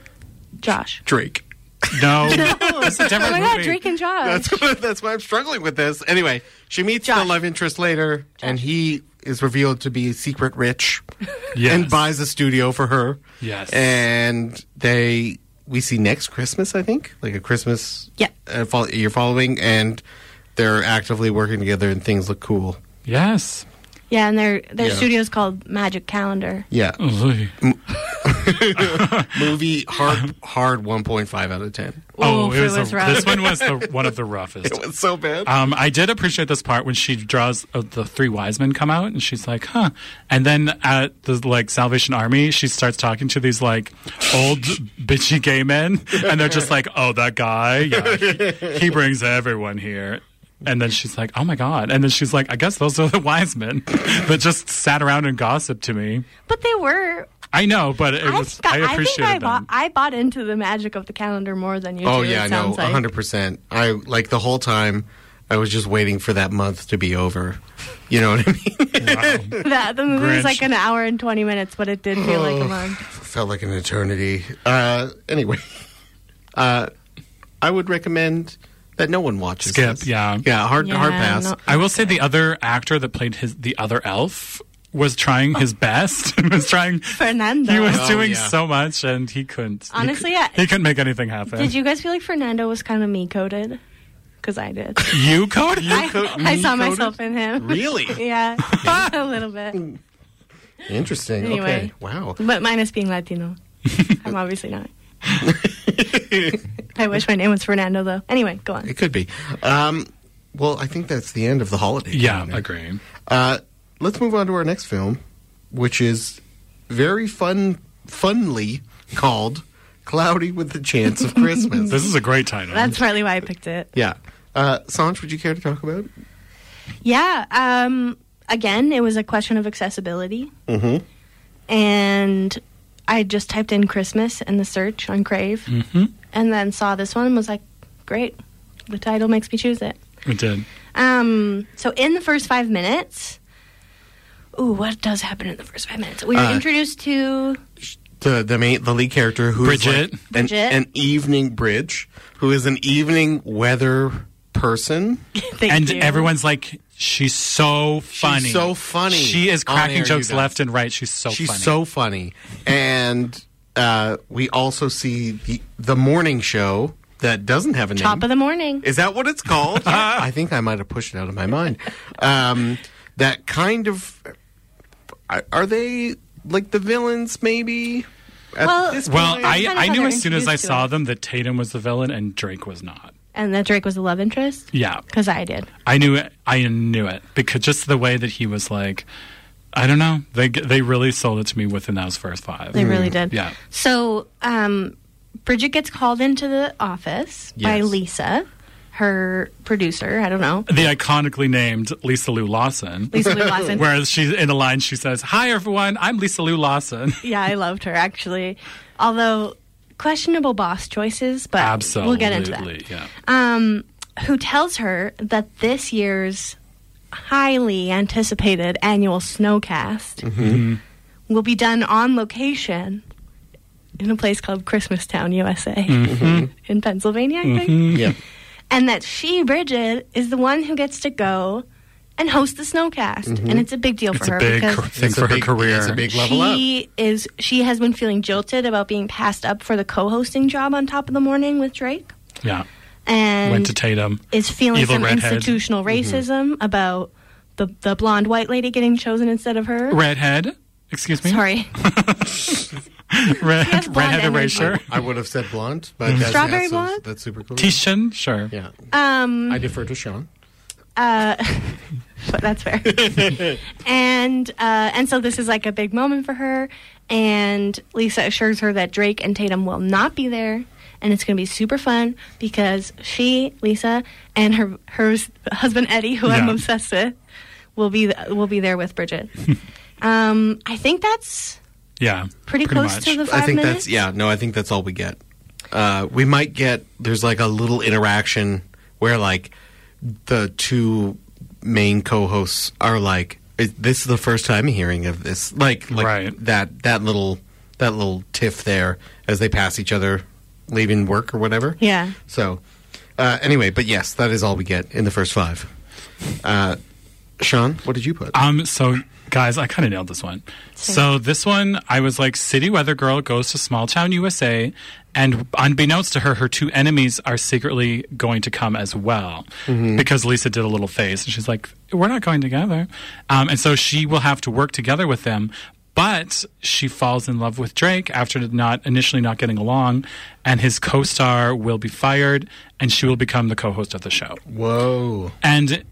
Speaker 3: josh
Speaker 1: Drake.
Speaker 2: No,
Speaker 3: oh my
Speaker 2: it's a different
Speaker 3: god
Speaker 2: movie.
Speaker 3: drake and josh
Speaker 1: That's what, that's why I'm struggling with this. Anyway, she meets the
Speaker 3: Josh.
Speaker 1: love interest later, and he is revealed to be secret rich,
Speaker 2: Yes.
Speaker 1: and buys a studio for her.
Speaker 2: Yes.
Speaker 1: and they we see next Christmas, I think, like a Christmas.
Speaker 3: Yeah.
Speaker 1: uh, fol- you're following, and they're actively working together, and things look cool.
Speaker 2: yes.
Speaker 3: Yeah, and their their
Speaker 1: Yeah.
Speaker 3: studio's called Magic Calendar.
Speaker 1: Yeah,
Speaker 2: Oy.
Speaker 1: movie hard hard 1.5 out of 10.
Speaker 2: Oh,
Speaker 3: Oof,
Speaker 2: it was, a-
Speaker 3: rough.
Speaker 2: this one was the one of the roughest.
Speaker 1: It was so bad.
Speaker 2: Um, I did appreciate this part when she draws uh, the three wise men come out, and she's like, "Huh." And then at the like Salvation Army, she starts talking to these like old bitchy gay men, and they're just like, "Oh, that guy, yeah, he, he brings everyone here." And then she's like, "Oh my god!" And then she's like, "I guess those are the wise men that just sat around and gossiped to me."
Speaker 3: But they were.
Speaker 2: I know, but it
Speaker 3: I,
Speaker 2: was
Speaker 3: think I,
Speaker 2: I
Speaker 3: I think I
Speaker 2: appreciated
Speaker 3: bought
Speaker 2: them.
Speaker 3: I bought into the magic of the calendar more than you.
Speaker 1: Oh
Speaker 3: do,
Speaker 1: yeah,
Speaker 3: it
Speaker 1: no,
Speaker 3: sounds like.
Speaker 1: hundred percent. I like the whole time. I was just waiting for that month to be over. You know what I mean?
Speaker 2: Wow.
Speaker 3: That the movie was
Speaker 2: Grinch.
Speaker 3: like an hour and twenty minutes, but it did feel like a month.
Speaker 1: Oh, Felt like an eternity. Uh, anyway, uh, I would recommend that no one watches.
Speaker 2: Skip,
Speaker 1: this.
Speaker 2: yeah.
Speaker 1: yeah, hard, hard
Speaker 3: Yeah,
Speaker 1: pass.
Speaker 3: no.
Speaker 2: I will say the other actor that played his the other elf was trying his best. was trying.
Speaker 3: Fernando.
Speaker 2: He was
Speaker 1: Oh,
Speaker 2: doing
Speaker 1: yeah.
Speaker 2: so much, and he couldn't.
Speaker 3: Honestly,
Speaker 2: he,
Speaker 3: I-
Speaker 2: cou- he couldn't make anything happen.
Speaker 3: Did you guys feel like Fernando was kind of me coded? Because I did.
Speaker 2: You coded.
Speaker 3: I,
Speaker 1: co-
Speaker 3: I saw
Speaker 1: me-coded?
Speaker 3: myself in him.
Speaker 1: Really?
Speaker 3: Yeah, a little bit.
Speaker 1: Interesting. Okay.
Speaker 3: Anyway.
Speaker 1: Wow.
Speaker 3: But minus being Latino. I'm obviously not. I wish my name was Fernando, though. Anyway, go on.
Speaker 1: It could be. Um, well, I think that's the end of the holiday.
Speaker 2: yeah,
Speaker 1: calendar.
Speaker 2: agree.
Speaker 1: Uh, let's move on to our next film, which is very fun, funly called "Cloudy with the Chance of Christmas."
Speaker 2: This is a great title.
Speaker 3: That's partly why I picked it.
Speaker 1: yeah. Uh, Sanj, would you care to talk about? it?
Speaker 3: Yeah. Um, again, it was a question of accessibility.
Speaker 1: Mhm.
Speaker 3: And I just typed in Christmas in the search on Crave
Speaker 2: Mm-hmm.
Speaker 3: and then saw this one and was like, great. The title makes me choose it.
Speaker 2: it did.
Speaker 3: Um, so in the first five minutes, ooh, what does happen in the first five minutes? We were
Speaker 1: Uh,
Speaker 3: introduced to
Speaker 1: The the main the lead character who is like
Speaker 2: Bridget.
Speaker 1: an,
Speaker 3: Bridget.
Speaker 1: an evening bridge who is an evening weather person.
Speaker 3: thank
Speaker 2: and
Speaker 3: you.
Speaker 2: everyone's like, she's so funny.
Speaker 1: so funny.
Speaker 2: She is
Speaker 1: On air,
Speaker 2: cracking
Speaker 1: you
Speaker 2: jokes
Speaker 1: guys.
Speaker 2: left and right. She's so
Speaker 1: She's
Speaker 2: funny.
Speaker 1: so funny. And uh, we also see the the morning show that doesn't have a name.
Speaker 3: top of the morning.
Speaker 1: Is that what it's called? I think I might have pushed it out of my mind. Um, that kind of are are they like the villains? Maybe. At
Speaker 3: Well-
Speaker 1: this
Speaker 2: well,
Speaker 1: point?
Speaker 2: I,
Speaker 3: kind of
Speaker 2: I
Speaker 3: how
Speaker 2: knew
Speaker 3: they're
Speaker 2: as soon as I
Speaker 3: introduced to
Speaker 2: saw
Speaker 3: us.
Speaker 2: them that Tatum was the villain and Drake was not.
Speaker 3: And that Drake was the love interest?
Speaker 2: Yeah.
Speaker 3: Because I did.
Speaker 2: I knew it. I knew it because just the way that he was like, I don't know. They they really sold it to me within those first five.
Speaker 3: They really did.
Speaker 2: Mm, Yeah.
Speaker 3: So um, Bridget gets called into the office by
Speaker 1: Yes.
Speaker 3: Lisa, her producer. I don't know.
Speaker 2: The iconically named Lisa Lou Lawson.
Speaker 3: Lisa Lou Lawson.
Speaker 2: Where she's in a line, she says, "Hi everyone, I'm Lisa Lou Lawson."
Speaker 3: yeah, I loved her actually. Although questionable boss choices, but
Speaker 2: Absolutely,
Speaker 3: we'll get into that.
Speaker 2: Yeah,
Speaker 3: Um, who tells her that this year's highly anticipated annual snowcast
Speaker 2: Mm-hmm.
Speaker 3: will be done on location in a place called Christmastown, USA,
Speaker 2: Mm-hmm.
Speaker 3: in Pennsylvania, I think.
Speaker 1: yeah.
Speaker 3: and that she, Bridget, is the one who gets to go and host the snowcast, and it's a big deal for
Speaker 2: it's a
Speaker 3: her
Speaker 2: big
Speaker 3: because
Speaker 2: cr- thing
Speaker 1: It's a
Speaker 2: for
Speaker 1: big-
Speaker 2: her career.
Speaker 1: It's a big level up.
Speaker 3: she is she has been feeling jilted about being passed up for the co-hosting job on Top of the Morning with Drake,
Speaker 2: Yeah,
Speaker 3: and
Speaker 2: went to Tatum.
Speaker 3: is feeling
Speaker 2: Evil
Speaker 3: some
Speaker 2: redhead. Mm-hmm.
Speaker 3: institutional racism about the the blonde white lady getting chosen instead of her.
Speaker 2: Redhead, excuse me.
Speaker 3: Sorry,
Speaker 2: Red,
Speaker 3: has blonde
Speaker 2: redhead
Speaker 3: energy.
Speaker 2: erasure.
Speaker 1: I would have said blonde, but that's,
Speaker 3: Mm-hmm. Strawberry
Speaker 1: that's,
Speaker 3: blonde?
Speaker 1: That's super cool.
Speaker 2: Tishan, sure.
Speaker 1: yeah,
Speaker 3: um,
Speaker 1: I defer to Sean.
Speaker 3: uh, but that's fair. and uh, and so this is like a big moment for her. And Lisa assures her that Drake and Tatum will not be there, and it's going to be super fun because she, Lisa, and her her s- husband Eddie, who I'm
Speaker 2: Yeah.
Speaker 3: obsessed with, will be th- will be there with Bridget. um, I think that's
Speaker 2: Yeah,
Speaker 3: pretty, close
Speaker 2: much.
Speaker 3: to the five
Speaker 1: I think
Speaker 3: minutes.
Speaker 1: that's yeah. No, I think that's all we get. Uh, we might get there's like a little interaction where like the two main co-hosts are like, "Is- "This is the first time hearing of this." Like, like
Speaker 2: Right.
Speaker 1: that that little that little tiff there as they pass each other leaving work or whatever.
Speaker 3: Yeah.
Speaker 1: So uh, anyway, but yes, that is all we get in the first five. Uh, Sean, what did you put?
Speaker 2: Um, so guys, I kind of nailed this one. So this one, I was like, city weather girl goes to small town USA, and unbeknownst to her, her two enemies are secretly going to come as well because Lisa did a little face, and she's like, "We're not going together," um, and so she will have to work together with them. But she falls in love with Drake after not initially not getting along, and his co-star will be fired, and she will become the co-host of the show.
Speaker 1: Whoa,
Speaker 2: And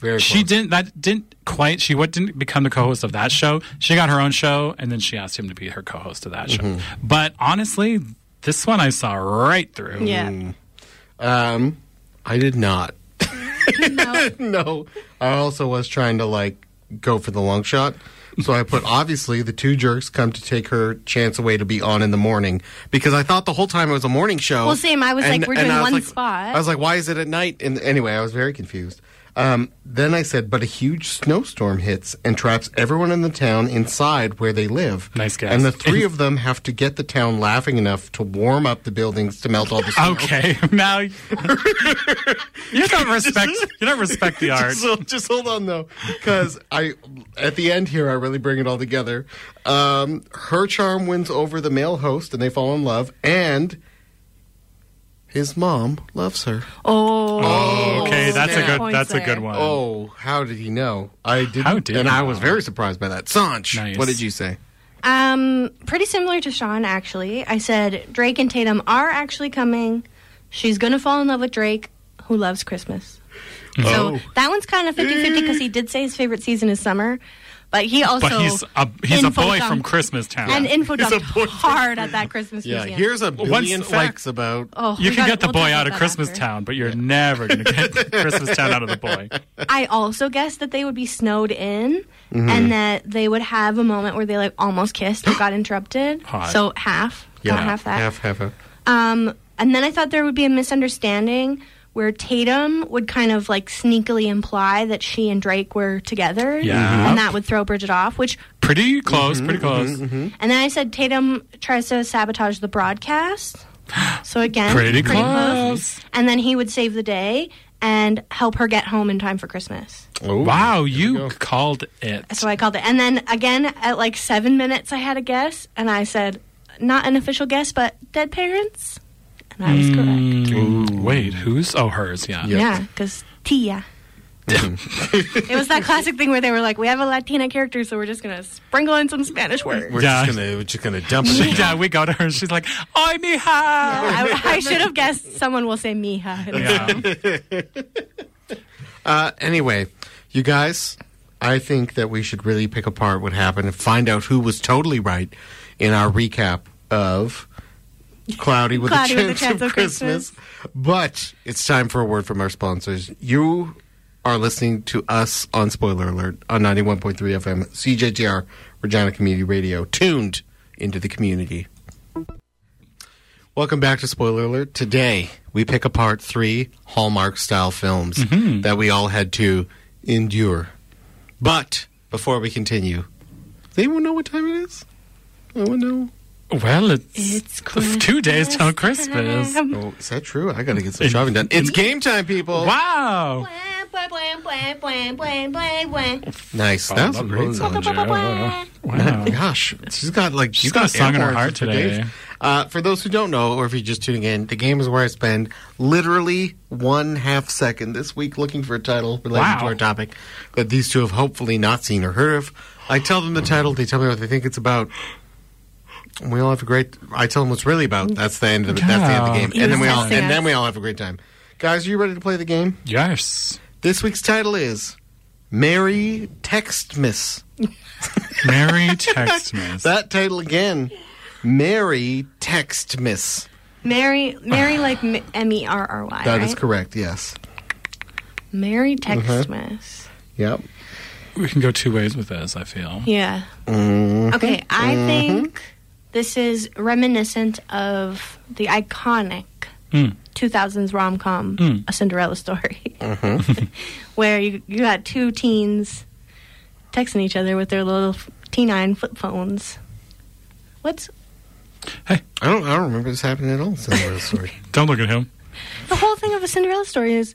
Speaker 1: very.
Speaker 2: she
Speaker 1: close.
Speaker 2: didn't. That didn't quite. She what didn't become the co-host of that show. She got her own show, and then she asked him to be her co-host of that show. But honestly, this one I saw right through.
Speaker 3: Yeah.
Speaker 1: Um, I did not.
Speaker 3: No.
Speaker 1: no, I also was trying to like go for the long shot. So I put obviously the two jerks come to take her chance away to be on in the morning because I thought the whole time it was a morning show.
Speaker 3: Well, same. I was like, we're doing
Speaker 1: I was
Speaker 3: one
Speaker 1: like-
Speaker 3: spot.
Speaker 1: I was like, why is it at night? And anyway, I was very confused. Um, then I said, but a huge snowstorm hits and traps everyone in the town inside where they live.
Speaker 2: Nice guess.
Speaker 1: And the three of them have to get the town laughing enough to warm up the buildings to melt all the snow.
Speaker 2: Okay, now you don't respect you don't respect the art.
Speaker 1: Just, hold- just hold on though, because I at the end here I really bring it all together. Um, her charm wins over the male host, and they fall in love. And his mom loves her.
Speaker 3: Oh,
Speaker 2: Okay, that's a
Speaker 3: snap.
Speaker 2: good that's a good one.
Speaker 1: Oh, how did he know? I didn't.
Speaker 2: How did
Speaker 1: and
Speaker 2: he
Speaker 1: I
Speaker 2: know?
Speaker 1: was very surprised by that. Sanj,
Speaker 2: Nice.
Speaker 1: what did you say?
Speaker 3: Um, pretty similar to Sean, actually. I said Drake and Tatum are actually coming. She's going to fall in love with Drake, who loves Christmas. So
Speaker 2: Mm-hmm.
Speaker 1: Oh.
Speaker 3: that one's kind of 50 50 because he did say his favorite season is summer, but he also.
Speaker 2: But he's a he's a
Speaker 3: info
Speaker 2: boy
Speaker 3: dumped-
Speaker 2: from Christmas Town.
Speaker 3: And info
Speaker 1: He's a
Speaker 3: dumped
Speaker 1: boy from-
Speaker 3: hard at that Christmas
Speaker 1: Yeah,
Speaker 3: museum.
Speaker 1: here's a billion
Speaker 2: like-
Speaker 1: facts about.
Speaker 3: Oh,
Speaker 2: you
Speaker 3: we
Speaker 2: can
Speaker 3: gotta-
Speaker 2: get the
Speaker 3: we'll
Speaker 2: boy
Speaker 3: talk
Speaker 2: out of
Speaker 3: about that
Speaker 2: Christmas
Speaker 3: after.
Speaker 2: Town, but you're never going to get Christmas Town out of the boy.
Speaker 3: I also guessed that they would be snowed in
Speaker 2: Mm-hmm.
Speaker 3: and that they would have a moment where they like almost kissed but got interrupted.
Speaker 2: Hot.
Speaker 3: So half, got half that.
Speaker 1: Half, half, half.
Speaker 3: Um, and then I thought there would be a misunderstanding where Tatum would kind of like sneakily imply that she and Drake were together.
Speaker 2: Yeah. Mm-hmm.
Speaker 3: And that would throw Bridget off, which
Speaker 2: Pretty close, pretty close.
Speaker 3: and then I said Tatum tries to sabotage the broadcast. So again,
Speaker 2: Pretty close.
Speaker 3: And then he would save the day and help her get home in time for Christmas.
Speaker 1: Oh,
Speaker 2: Wow, you called it.
Speaker 3: So I called it. And then again at like 7 minutes I had a guess and I said not an official guess but dead parents. And I was
Speaker 1: Mm,
Speaker 3: correct.
Speaker 2: Ooh, Mm. wait, who's? Oh, hers. Yeah.
Speaker 1: Yeah.
Speaker 3: Yeah, because Tia.
Speaker 1: Mm-hmm.
Speaker 3: it was that classic thing where they were like, we have a Latina character, so we're just going to sprinkle in some Spanish words.
Speaker 1: We're
Speaker 2: Yeah.
Speaker 1: just gonna, we're just gonna dump it.
Speaker 2: She,
Speaker 1: in.
Speaker 2: yeah, we go to her. and She's like, "Ay, mija."
Speaker 3: I, Uh, I should have guessed someone will say Mija.
Speaker 2: Yeah.
Speaker 1: Uh, anyway, you guys, I think that we should really pick apart what happened and find out who was totally right in our recap of Cloudy with,
Speaker 3: Cloudy
Speaker 1: a, Chance of, Christmas. But it's time for a word from our sponsors. You are listening to us on Spoiler Alert on 91.3 FM, CJGR, Regina Community Radio, tuned into the community. Welcome back to Spoiler Alert. Today, we pick apart three Hallmark style films that we all had to endure. But before we continue, does anyone know what time it is? No one know.
Speaker 2: well, it's,
Speaker 3: It's Christmas.
Speaker 2: two days till Christmas.
Speaker 3: time.
Speaker 1: Oh, is that true? I got to get some shopping done. It's game time, people.
Speaker 2: Wow.
Speaker 3: Blah, blah, blah, blah, blah, blah, blah, blah.
Speaker 1: Nice.
Speaker 2: Oh,
Speaker 1: That's a
Speaker 2: love
Speaker 1: great
Speaker 2: those.
Speaker 1: song.
Speaker 3: Blah, blah, blah.
Speaker 2: Wow.
Speaker 1: Gosh, she's got like
Speaker 2: Oh. She's got a song in her
Speaker 1: earworms
Speaker 2: heart
Speaker 1: for
Speaker 2: today.
Speaker 1: days. Uh, for those who don't know, or if you're just tuning in, the game is where I spend literally one half second this week looking for a title related
Speaker 2: Wow.
Speaker 1: to our topic that these two have hopefully not seen or heard of. I tell them the title, they tell me what they think it's about. and We all have a great. I tell them what's really about. That's the end of it. That's the end of the
Speaker 2: Yeah.
Speaker 1: game, and then we all
Speaker 3: Interesting.
Speaker 1: and then we all have a great time. Guys, are you ready to play the game?
Speaker 2: Yes.
Speaker 1: This week's title is "Merry Textmas."
Speaker 2: Merry text miss.
Speaker 1: That title again. Mary Text Miss.
Speaker 3: Mary, Mary like M- E M-E-R-R-Y,
Speaker 1: That is Mm-hmm.
Speaker 3: right?
Speaker 1: correct, yes.
Speaker 3: Mary Textmas.
Speaker 1: Yep.
Speaker 2: We can go two ways with this. I feel.
Speaker 3: Yeah. Okay, I think this is reminiscent of the iconic 2000s rom com, A Cinderella Story, where you, you got two teens texting each other with their little f- T9 flip phones. What's
Speaker 1: I don't I don't remember this happening at all in Cinderella story.
Speaker 2: Don't look at him.
Speaker 3: the whole thing of A Cinderella Story is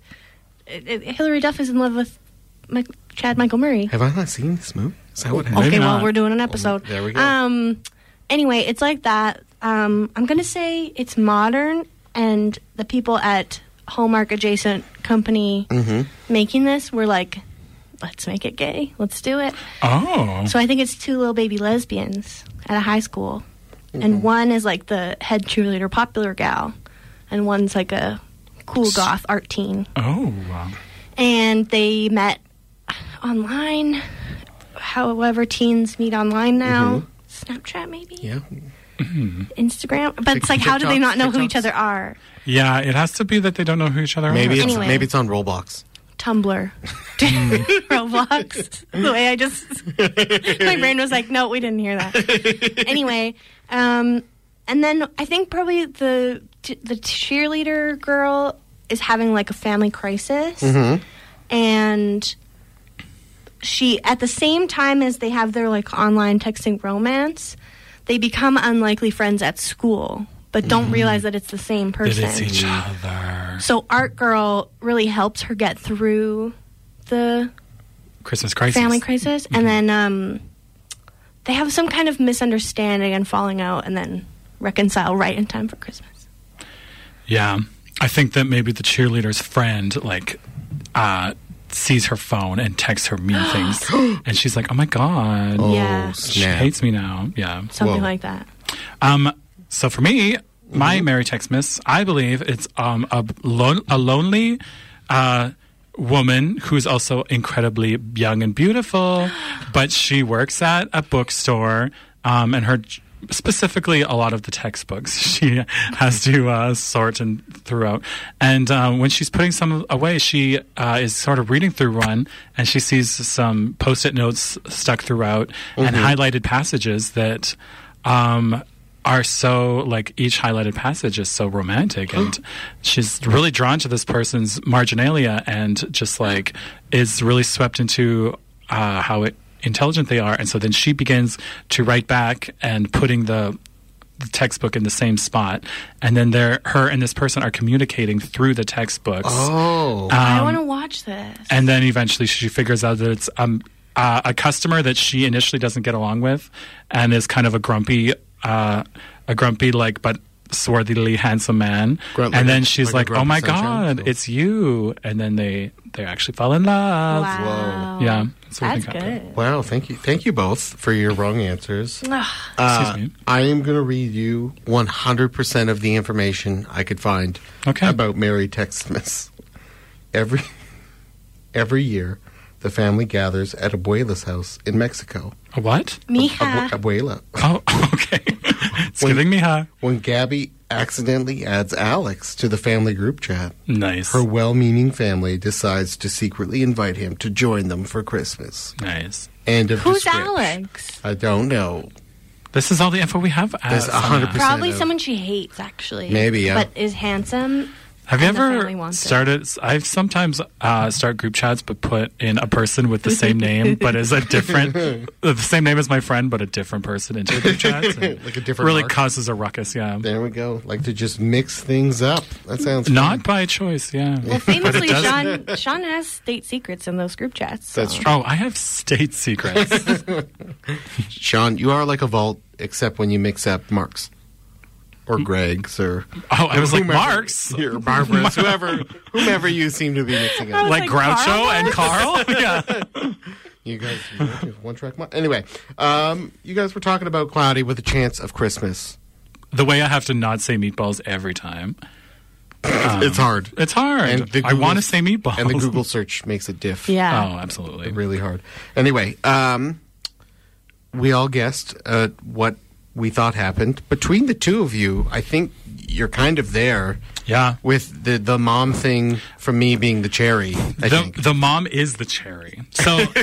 Speaker 3: it, it, Hillary Duff is in love with Mike, Chad Michael Murray.
Speaker 1: Have I not seen this movie? Is that what happened?
Speaker 2: Maybe
Speaker 3: okay, well,
Speaker 2: not.
Speaker 3: we're doing an episode.
Speaker 1: there we go.
Speaker 3: Um, anyway, it's like that. Um, I'm going to say it's modern, and the people at Hallmark adjacent company making this were like, let's make it gay. Let's do it.
Speaker 2: Oh.
Speaker 3: So I think it's two little baby lesbians at a high school. And one is like the head cheerleader popular gal, and one's like a cool goth art teen
Speaker 2: Oh. wow.
Speaker 3: and they met online. However, teens meet online now. Snapchat, maybe
Speaker 1: Mm-hmm. Yeah.
Speaker 3: Instagram, but it's like, how do they
Speaker 1: TikToks,
Speaker 3: not know who each
Speaker 1: TikToks?
Speaker 3: other are?
Speaker 2: Yeah. It has to be that they don't know who each other
Speaker 1: Maybe
Speaker 2: are.
Speaker 1: it's
Speaker 3: Anyway.
Speaker 1: maybe it's on Roblox.
Speaker 3: Tumblr,
Speaker 2: Hmm.
Speaker 3: Roblox. The way I just my brain was like, no, we didn't hear that. anyway, um, and then I think probably the the cheerleader girl is having like a family crisis, and she at the same time as they have their like online texting romance, they become unlikely friends at school, but don't realize that it's the same
Speaker 2: That
Speaker 3: person.
Speaker 2: it's each other.
Speaker 3: so Art Girl really helps her get through the
Speaker 2: Christmas crisis.
Speaker 3: family crisis,
Speaker 1: Mm-hmm.
Speaker 3: and then um, they have some kind of misunderstanding and falling out, and then reconcile right in time for Christmas.
Speaker 2: Yeah. I think that maybe the cheerleader's friend, like, uh, sees her phone and texts her mean things. And she's like, oh my God.
Speaker 3: Yeah.
Speaker 1: Oh,
Speaker 2: She
Speaker 1: snap.
Speaker 2: hates me now. Yeah.
Speaker 3: Something
Speaker 1: Whoa.
Speaker 3: like that.
Speaker 2: Um, so for me, my Merry Textmas, I believe it's um, a, lon- a lonely uh, woman who's also incredibly young and beautiful, but she works at a bookstore um, and her. Specifically, a lot of the textbooks she has to uh, sort and throughout. And um, when she's putting some away, she uh, is sort of reading through one and she sees some post it notes stuck throughout and highlighted passages that um, are so like each highlighted passage is so romantic and she's really drawn to this person's marginalia and just like is really swept into uh, how it, intelligent they are and so then she begins to write back and putting the the textbook in the same spot and then there her and this person are communicating through the textbooks
Speaker 1: Oh.
Speaker 2: Um,
Speaker 3: I want to watch this.
Speaker 2: and then eventually she figures out that it's um, uh, a customer that she initially doesn't get along with, and is kind of a grumpy, uh, a grumpy like but swarthily handsome man.
Speaker 1: Grunt like
Speaker 2: and then
Speaker 1: a-
Speaker 2: she's
Speaker 1: like
Speaker 2: like,
Speaker 1: a
Speaker 2: "Oh
Speaker 1: grumpy
Speaker 2: my
Speaker 1: sunshine."
Speaker 2: god, it's you!" And then they they actually fall in love.
Speaker 3: wow.
Speaker 2: uh, Yeah, that's what I
Speaker 3: That's
Speaker 2: think happened.
Speaker 3: good.
Speaker 1: Wow, thank you. Thank you both for your wrong answers.
Speaker 3: Ugh.
Speaker 1: Uh,
Speaker 2: Excuse me.
Speaker 1: I am going to read you 100% of the information I could find
Speaker 2: Okay.
Speaker 1: about Merry Textmas. Every every year, the family gathers at Abuela's house in Mexico.
Speaker 2: A What?
Speaker 3: Mija.
Speaker 1: Abue- Abuela.
Speaker 2: Oh, okay. it's
Speaker 1: When-
Speaker 2: giving me huh?
Speaker 1: When Gabby accidentally adds Alex to the family group chat,
Speaker 2: Nice,
Speaker 1: her well-meaning family decides to secretly invite him to join them for Christmas.
Speaker 2: nice.
Speaker 1: End of
Speaker 3: Who's
Speaker 1: description.
Speaker 3: Alex?
Speaker 1: I don't know.
Speaker 2: This is all the info we have. uh,
Speaker 1: There's
Speaker 2: Sana.
Speaker 1: 100%
Speaker 3: Probably
Speaker 1: of-
Speaker 3: someone she hates, actually.
Speaker 1: Maybe, yeah.
Speaker 3: But is handsome.
Speaker 2: Have you
Speaker 3: and the family
Speaker 2: ever
Speaker 3: wants it.
Speaker 2: started? I've sometimes uh, start group chats, but put in a person with the same name, but as a different, the same name as my friend, but a different person into a group chat. and
Speaker 1: Like a different
Speaker 2: really
Speaker 1: Mark.
Speaker 2: causes a ruckus. Yeah,
Speaker 1: There we go. Like to just mix things up. That sounds
Speaker 2: not by choice. Yeah.
Speaker 3: Well, famously, Sean, Sean has state secrets in those group chats. so-
Speaker 1: That's true.
Speaker 2: Oh, I have state secrets.
Speaker 1: Sean, you are like a vault, except when you mix up Mark's or Greg's or
Speaker 2: Oh, I was like
Speaker 1: whomever-
Speaker 2: Mark's,
Speaker 1: or Barbara's, whoever, whomever you seem to be mixing up.
Speaker 2: like
Speaker 3: Like Carl
Speaker 2: Groucho and Carl. yeah.
Speaker 1: You guys, one track mind. Anyway, um, you guys were talking about Cloudy with a Chance of Christmas.
Speaker 2: The way I have to not say meatballs every time,
Speaker 1: it's hard,
Speaker 2: it's hard.
Speaker 1: And the
Speaker 2: I want
Speaker 1: Google-
Speaker 2: to say meatballs.
Speaker 1: and the Google search makes it diff.
Speaker 2: Oh,
Speaker 3: Yeah.
Speaker 2: absolutely.
Speaker 1: really hard. Anyway, um, we all guessed uh, what we thought happened between the two of you. I think you're kind of there.
Speaker 2: Yeah.
Speaker 1: with the the mom thing from me being the cherry. I
Speaker 2: the,
Speaker 1: think
Speaker 2: the mom is the cherry. So uh,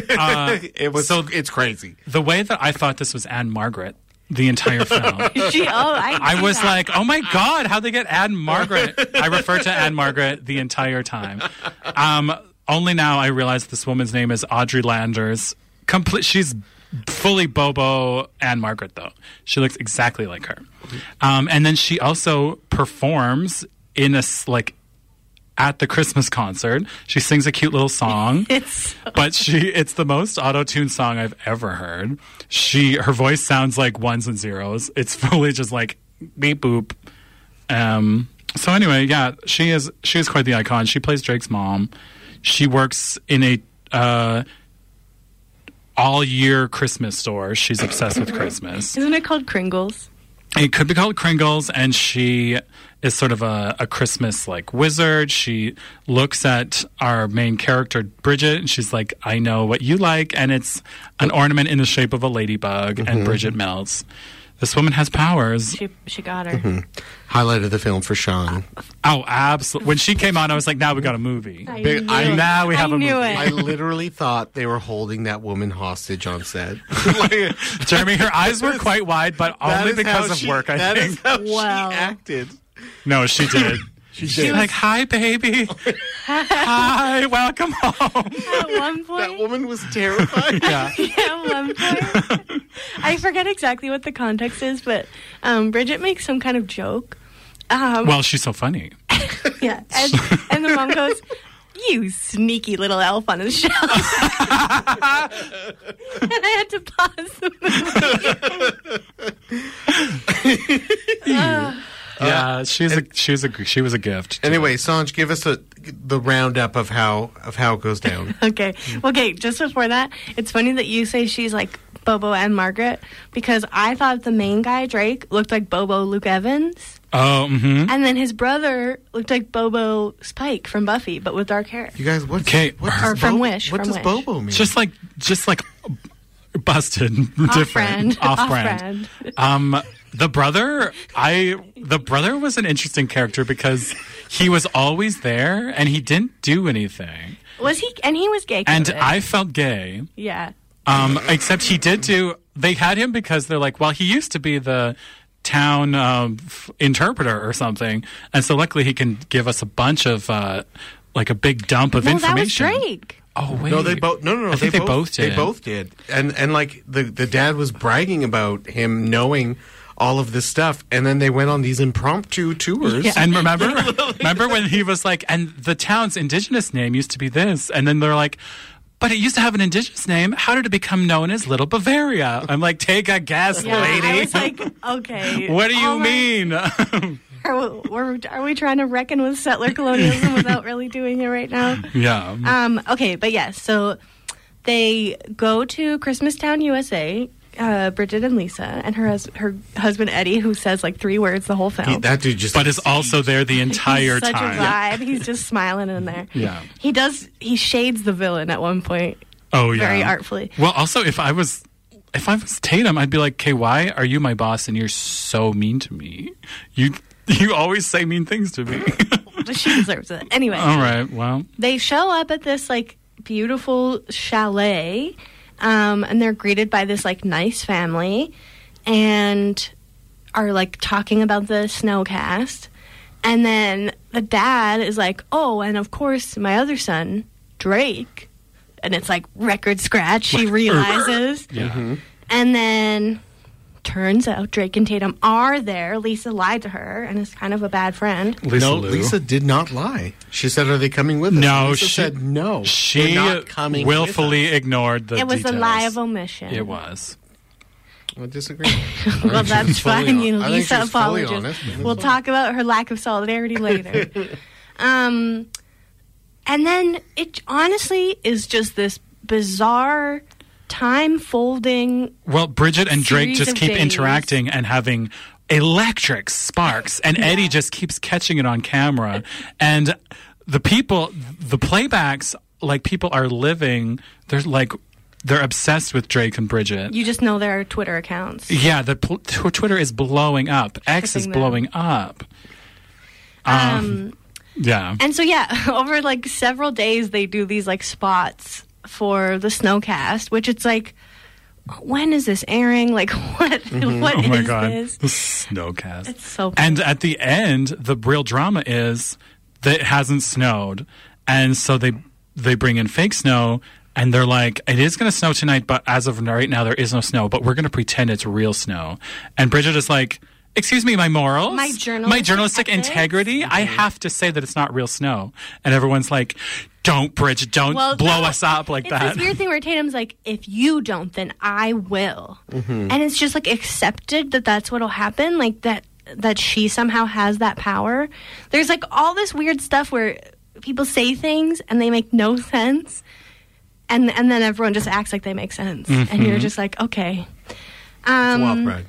Speaker 1: it was so it's crazy.
Speaker 2: the way that I thought this was Anne Margaret the entire film.
Speaker 3: She, oh, I,
Speaker 2: I
Speaker 3: see
Speaker 2: was
Speaker 3: that.
Speaker 2: like, oh my God, how'd they get Anne Margaret? I referred to Anne Margaret the entire time. Um, only now I realize this woman's name is Audrey Landers. Complete, she's fully Bobo Anne Margaret, though. She looks exactly like her. Um, and then she also performs in a, s- like, at the Christmas concert, she sings a cute little song.
Speaker 3: it's
Speaker 2: but she it's the most auto-tuned song I've ever heard. She her voice sounds like ones and zeros. It's fully just like beep boop. Um so anyway, yeah, she is she is quite the icon. She plays Drake's mom. She works in a uh all year Christmas store. She's obsessed with Christmas.
Speaker 3: isn't it called Kringles?
Speaker 2: It could be called Kringles, and she is sort of a, a Christmas like wizard. She looks at our main character, Bridget, and she's like, I know what you like. And it's an ornament in the shape of a ladybug, and Bridget melts. This woman has powers.
Speaker 3: She she got her.
Speaker 2: Mm-hmm.
Speaker 1: Highlight of the film for Sean.
Speaker 2: Oh, absolutely. When she came on, I was like, now we got a movie.
Speaker 3: I
Speaker 1: Big-
Speaker 3: knew
Speaker 1: I-
Speaker 3: it.
Speaker 2: now we have
Speaker 3: I
Speaker 2: a
Speaker 3: knew
Speaker 2: movie.
Speaker 1: I
Speaker 3: it.
Speaker 1: literally thought they were holding that woman hostage on set.
Speaker 2: Jeremy, her eyes were quite wide, but only because of work, I think.
Speaker 1: how
Speaker 3: Wow.
Speaker 1: acted.
Speaker 2: No, she did.
Speaker 1: She
Speaker 2: She's
Speaker 1: did.
Speaker 2: like, "Hi, baby. Hi, welcome home."
Speaker 3: At one point,
Speaker 1: that woman was terrified.
Speaker 2: Yeah.
Speaker 3: yeah, at one point. I forget exactly what the context is, but um, Bridget makes some kind of joke. Um,
Speaker 2: Well, she's so funny.
Speaker 3: yeah, and, and the mom goes, "You sneaky little elf on a shelf." and I had to pause the
Speaker 1: Uh,
Speaker 2: yeah, Uh, she's a she's a she was a gift.
Speaker 1: Anyway, Sanj, give us a, the roundup of how of how it goes down.
Speaker 3: Okay. Okay, just before that, it's funny that you say she's like Bobo and Margaret because I thought the main guy, Drake, looked like Bobo Luke Evans,
Speaker 2: Oh, mhm.
Speaker 3: and then his brother looked like Bobo Spike from Buffy, but with dark hair.
Speaker 1: You guys, what's
Speaker 2: Okay.
Speaker 1: what
Speaker 2: Or
Speaker 1: does
Speaker 3: from
Speaker 1: Bo-
Speaker 3: Wish,
Speaker 1: What
Speaker 3: from
Speaker 1: does
Speaker 3: Wish.
Speaker 1: Bobo mean?
Speaker 2: just like just like busted, different,
Speaker 3: brand.
Speaker 2: off-brand.
Speaker 3: Off-brand.
Speaker 2: Um, the brother, I the brother was an interesting character because he was always there and he didn't do anything,
Speaker 3: Was he? And he was gay.
Speaker 2: and
Speaker 3: coded.
Speaker 2: I felt gay.
Speaker 3: yeah. Oh,
Speaker 2: Um, except he did do. They had him because they're like, well, he used to be the town um, f- interpreter or something, and so luckily he can give us a bunch of uh, like a big dump of
Speaker 3: Well, that was
Speaker 2: information.
Speaker 3: Drake.
Speaker 2: Oh wait,
Speaker 1: no, they both. No, no, no.
Speaker 2: I think they, both, did.
Speaker 1: They both did. And and like the the dad was bragging about him knowing all of this stuff, and then they went on these impromptu tours.
Speaker 2: And remember, remember when he was like, and the town's indigenous name used to be this, and then they're like, but it used to have an indigenous name. How did it become known as Little Bavaria? I'm like, take a guess,
Speaker 3: Yeah,
Speaker 2: lady.
Speaker 3: I was like, oh okay.
Speaker 2: what do you
Speaker 3: all right,
Speaker 2: mean?
Speaker 3: Are, we- we're- are we trying to reckon with settler colonialism without really doing it right now?
Speaker 2: yeah.
Speaker 3: Um, okay, but yes, so they go to Christmastown, USA. Uh, Bridget and Lisa and her hus- her husband Eddie, who says like three words the whole film.
Speaker 1: He- that dude just.
Speaker 2: but is also there the entire
Speaker 3: He's such
Speaker 2: time.
Speaker 3: a vibe. He's just smiling in there.
Speaker 2: Yeah.
Speaker 3: he does. He shades the villain at one point.
Speaker 2: Oh yeah,
Speaker 3: very artfully.
Speaker 2: Well, also if I was. If I was Tatum, I'd be like, "Okay, why are you my boss and you're so mean to me? You you always say mean things to me."
Speaker 3: But she deserves it anyway.
Speaker 1: Oh,
Speaker 2: All right, well,
Speaker 3: they show up at this like beautiful chalet um, and they're greeted by this like nice family and are like talking about the snowcast and then the dad is like oh and of course my other son drake and it's like record scratch he realizes
Speaker 2: er, yeah.
Speaker 1: Mm-hmm.
Speaker 3: and then turns out drake and tatum are there lisa lied to her and is kind of a bad friend
Speaker 2: Lisa
Speaker 1: no,
Speaker 2: Lou.
Speaker 1: Lisa did not lie. She said, "Are they coming with us?"
Speaker 2: No,
Speaker 1: And Lisa
Speaker 2: she-
Speaker 1: said no.
Speaker 2: She
Speaker 1: They're not coming. with
Speaker 2: willfully
Speaker 1: us."
Speaker 2: ignored the.
Speaker 3: it was a
Speaker 2: details.
Speaker 3: lie of omission
Speaker 2: It was.
Speaker 1: I disagree.
Speaker 3: Well, that's
Speaker 1: fully
Speaker 3: fine. You
Speaker 1: hon- I think she
Speaker 3: Lisa
Speaker 1: was fully
Speaker 3: apologizes.
Speaker 1: honest, but
Speaker 3: We'll talk about her lack of solidarity later. um, and then it honestly is just this bizarre time folding.
Speaker 2: Well, Bridget and Drake
Speaker 3: Series
Speaker 2: just
Speaker 3: of
Speaker 2: keep
Speaker 3: days.
Speaker 2: interacting and having electric sparks, and Eddie just keeps catching it on camera. and the people, the playbacks, like people are living, they're like, they're obsessed with Drake and Bridget.
Speaker 3: You just know their Twitter accounts.
Speaker 2: yeah, the pl- tw- Twitter is blowing up. X is
Speaker 3: Shipping them.
Speaker 2: blowing up.
Speaker 3: Um,
Speaker 2: Yeah.
Speaker 3: and so yeah, over like several days, they do these like spots for the snowcast, which it's like. When is this airing? Like what?
Speaker 1: Mm-hmm.
Speaker 3: what
Speaker 2: Oh my
Speaker 3: is
Speaker 2: god,
Speaker 3: this?
Speaker 2: snowcast.
Speaker 3: It's so bad.
Speaker 2: And at the end, the real drama is that it hasn't snowed, and so they they bring in fake snow, and they're like, "It is going to snow tonight, but as of right now, there is no snow. But we're going to pretend it's real snow." And Bridget is like. Excuse me, my morals,
Speaker 3: My journalistic
Speaker 2: my journalistic
Speaker 3: ethics?" Mm-hmm.
Speaker 2: integrity. I have to say that it's not real snow, and everyone's like, "Don't, Bridget, don't blow
Speaker 3: no,
Speaker 2: us up like
Speaker 3: it's
Speaker 2: that."
Speaker 3: this weird thing where Tatum's like, if you don't, then I will, and it's just like accepted that that's what'll happen. Like that that she somehow has that power. There's like all this weird stuff where people say things and they make no sense, and and then everyone just acts like they make sense, and
Speaker 2: Mm-hmm.
Speaker 3: you're just like, okay. Um,
Speaker 1: Wild ride.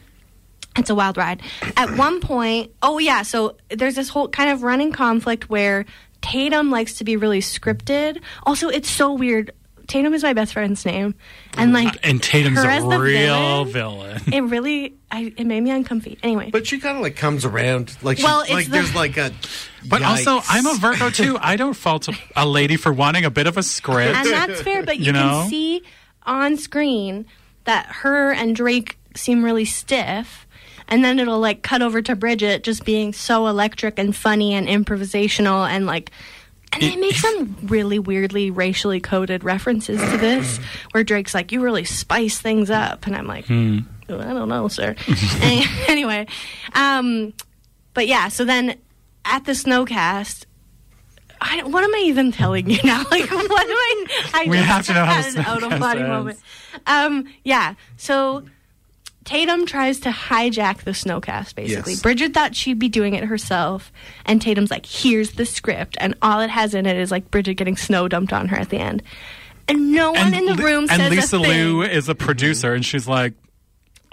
Speaker 3: it's a wild ride. At one point, oh yeah, so there's this whole kind of running conflict where Tatum likes to be really scripted. Also, it's so weird. Tatum is my best friend's name, and like,
Speaker 2: Uh, and Tatum's
Speaker 3: her as
Speaker 2: a
Speaker 3: the
Speaker 2: real
Speaker 3: villain?
Speaker 2: villain.
Speaker 3: it really, I, it made me uncomfy. Anyway,
Speaker 1: But she kind of like comes around, like she,
Speaker 3: Well, it's
Speaker 1: like
Speaker 3: the-
Speaker 1: there's like a.
Speaker 2: But also,
Speaker 1: Yikes.
Speaker 2: I'm a Virgo too. I don't fault a, a lady for wanting a bit of a
Speaker 3: and
Speaker 2: script.
Speaker 3: that's fair. But you,
Speaker 2: You know?
Speaker 3: can see on screen that her and Drake seem really stiff, and then it'll like cut over to Bridget just being so electric and funny and improvisational and like and they make some really weirdly racially coded references to this where Drake's like you really spice things up and I'm like "Oh, I don't know sir Any- anyway um but yeah so then at the snowcast I, don't- what am I even telling you now? Like, what am I? I
Speaker 2: We
Speaker 3: just
Speaker 2: have to know how
Speaker 3: had
Speaker 2: this
Speaker 3: an out of body
Speaker 2: podcast
Speaker 3: moment. Um, yeah. So Tatum tries to hijack the snowcast, basically.
Speaker 1: Yes.
Speaker 3: Bridget thought she'd be doing it herself, and Tatum's like, here's the script, and all it has in it is like Bridget getting snow dumped on her at the end. And no one in the
Speaker 2: Li-
Speaker 3: room
Speaker 2: and
Speaker 3: says
Speaker 2: Lisa
Speaker 3: a thing.
Speaker 2: Liu is a producer, and she's like,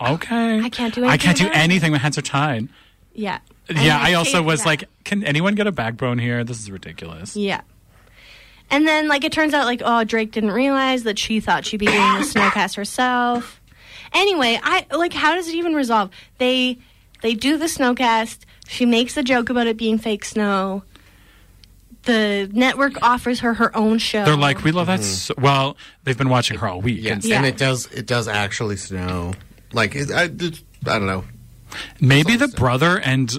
Speaker 2: "Okay,
Speaker 3: I can't do
Speaker 2: I can't
Speaker 3: anything
Speaker 2: do
Speaker 3: about it."
Speaker 2: anything. My hands are tied."
Speaker 3: yeah.
Speaker 2: yeah,
Speaker 3: And
Speaker 2: I also
Speaker 3: Tate-
Speaker 2: was
Speaker 3: yeah.
Speaker 2: like, "Can anyone get a backbone here? This is ridiculous."
Speaker 3: Yeah. And then like it turns out like oh Drake didn't realize that she thought she'd be doing the snowcast herself. Anyway, I like how does it even resolve? They they do the snowcast. She makes a joke about it being fake snow. The network offers her her own show.
Speaker 2: They're like, "We love that." So- well, they've been watching her all week.
Speaker 1: Mm-hmm. Yes,
Speaker 2: and
Speaker 3: Yeah.
Speaker 1: and it does it does actually snow. Like it, I, it- I don't know.
Speaker 2: maybe the brother and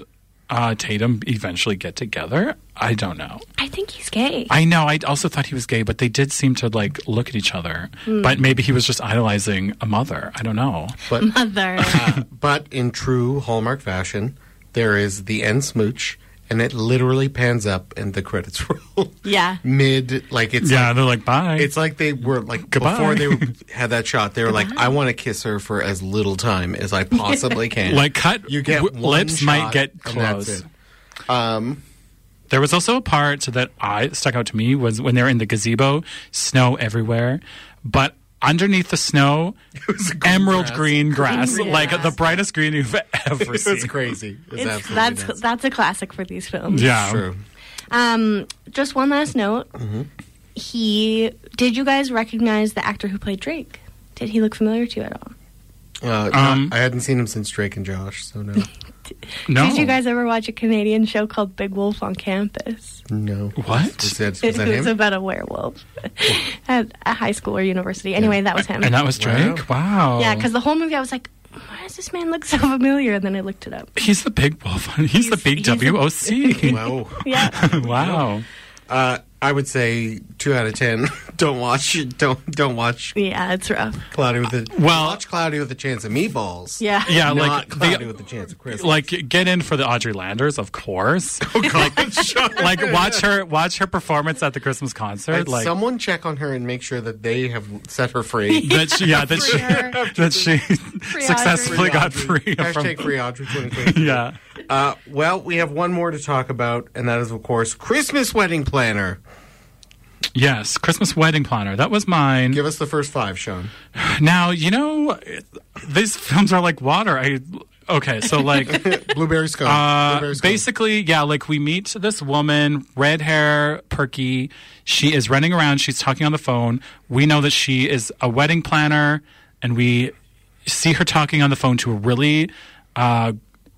Speaker 2: uh, Tatum eventually get together. I don't know.
Speaker 3: I think he's gay.
Speaker 2: I know. I also thought he was gay, but they did seem to like look at each other.
Speaker 1: Hmm.
Speaker 2: But maybe he was just idolizing a mother. I don't know.
Speaker 1: But
Speaker 3: Mother.
Speaker 1: but in true Hallmark fashion, there is the end smooch, and it literally pans up, and the credits roll
Speaker 3: yeah.
Speaker 1: mid. Like it's
Speaker 2: Yeah, they're like, "Bye."
Speaker 1: It's like they were like
Speaker 2: Goodbye.
Speaker 1: before they had that shot. They were like, "I want to kiss her for as little time as I possibly can."
Speaker 2: like cut.
Speaker 1: you get
Speaker 2: w-
Speaker 1: one
Speaker 2: lips might
Speaker 1: shot,
Speaker 2: get
Speaker 1: and that's
Speaker 2: close.
Speaker 1: it.
Speaker 2: There was also a part that I stuck out to me was when they're in the gazebo, snow everywhere, but underneath the snow, emerald
Speaker 1: grass.
Speaker 2: green grass,
Speaker 3: Green
Speaker 2: like
Speaker 3: grass.
Speaker 2: the brightest green you've ever
Speaker 1: It
Speaker 2: seen.
Speaker 1: was crazy. It was
Speaker 3: It's,
Speaker 1: absolutely
Speaker 3: that's
Speaker 1: nuts.
Speaker 3: that's a classic for these films.
Speaker 2: Yeah,
Speaker 1: true.
Speaker 3: Um, just one last note.
Speaker 1: Mm-hmm.
Speaker 3: He did you guys recognize the actor who played Drake? Did he look familiar to you at all?
Speaker 1: Uh,
Speaker 2: Um,
Speaker 1: I hadn't seen him since Drake and Josh, so no,
Speaker 2: No,
Speaker 3: Did you guys ever watch a Canadian show called Big Wolf on Campus?
Speaker 1: no.
Speaker 2: What?
Speaker 1: was that? Was
Speaker 3: It
Speaker 1: that
Speaker 3: was
Speaker 1: him?
Speaker 3: about a werewolf at a high school or university. Anyway, that was him.
Speaker 2: and that was
Speaker 1: Wow.
Speaker 2: Drake. Wow.
Speaker 3: yeah, because the whole movie I was like, why does this man look so familiar? And then I looked it up.
Speaker 2: he's the big wolf. He's, the big
Speaker 3: he's the-
Speaker 2: WOC.
Speaker 1: Wow.
Speaker 3: Yeah.
Speaker 2: wow.
Speaker 1: Uh, I would say two out of ten. don't watch. Don't don't watch
Speaker 3: yeah, it's rough.
Speaker 1: Cloudy with a
Speaker 2: Well-
Speaker 1: watch Cloudy with a Chance of Meatballs.
Speaker 3: Yeah.
Speaker 2: Yeah,
Speaker 1: not
Speaker 2: like
Speaker 1: Cloudy
Speaker 2: they,
Speaker 1: with a Chance of Christmas.
Speaker 2: like get in for the Audrey Landers, of course.
Speaker 1: oh,
Speaker 2: like watch her watch her performance at the Christmas concert.
Speaker 1: Like,
Speaker 2: like
Speaker 1: someone check on her and make sure that they have set her free.
Speaker 2: that she, yeah, that she,
Speaker 3: her.
Speaker 2: that she successfully
Speaker 1: Free
Speaker 2: got
Speaker 1: Audrey.
Speaker 2: free
Speaker 1: Hashtag
Speaker 2: from.
Speaker 1: free Audrey 2023.
Speaker 2: Yeah,
Speaker 1: Uh, well, we have one more to talk about, and that is, of course, Christmas Wedding Planner.
Speaker 2: yes, Christmas wedding planner. That was mine.
Speaker 1: Give us the first five, Sean.
Speaker 2: Now you know these films are like water. I okay, so like.
Speaker 1: Blueberry scone.
Speaker 2: Uh,
Speaker 1: Blueberry scone.
Speaker 2: basically, yeah, like we meet this woman, red hair, perky. She is running around. She's talking on the phone. We know that she is a wedding planner, and we see her talking on the phone to a really uh,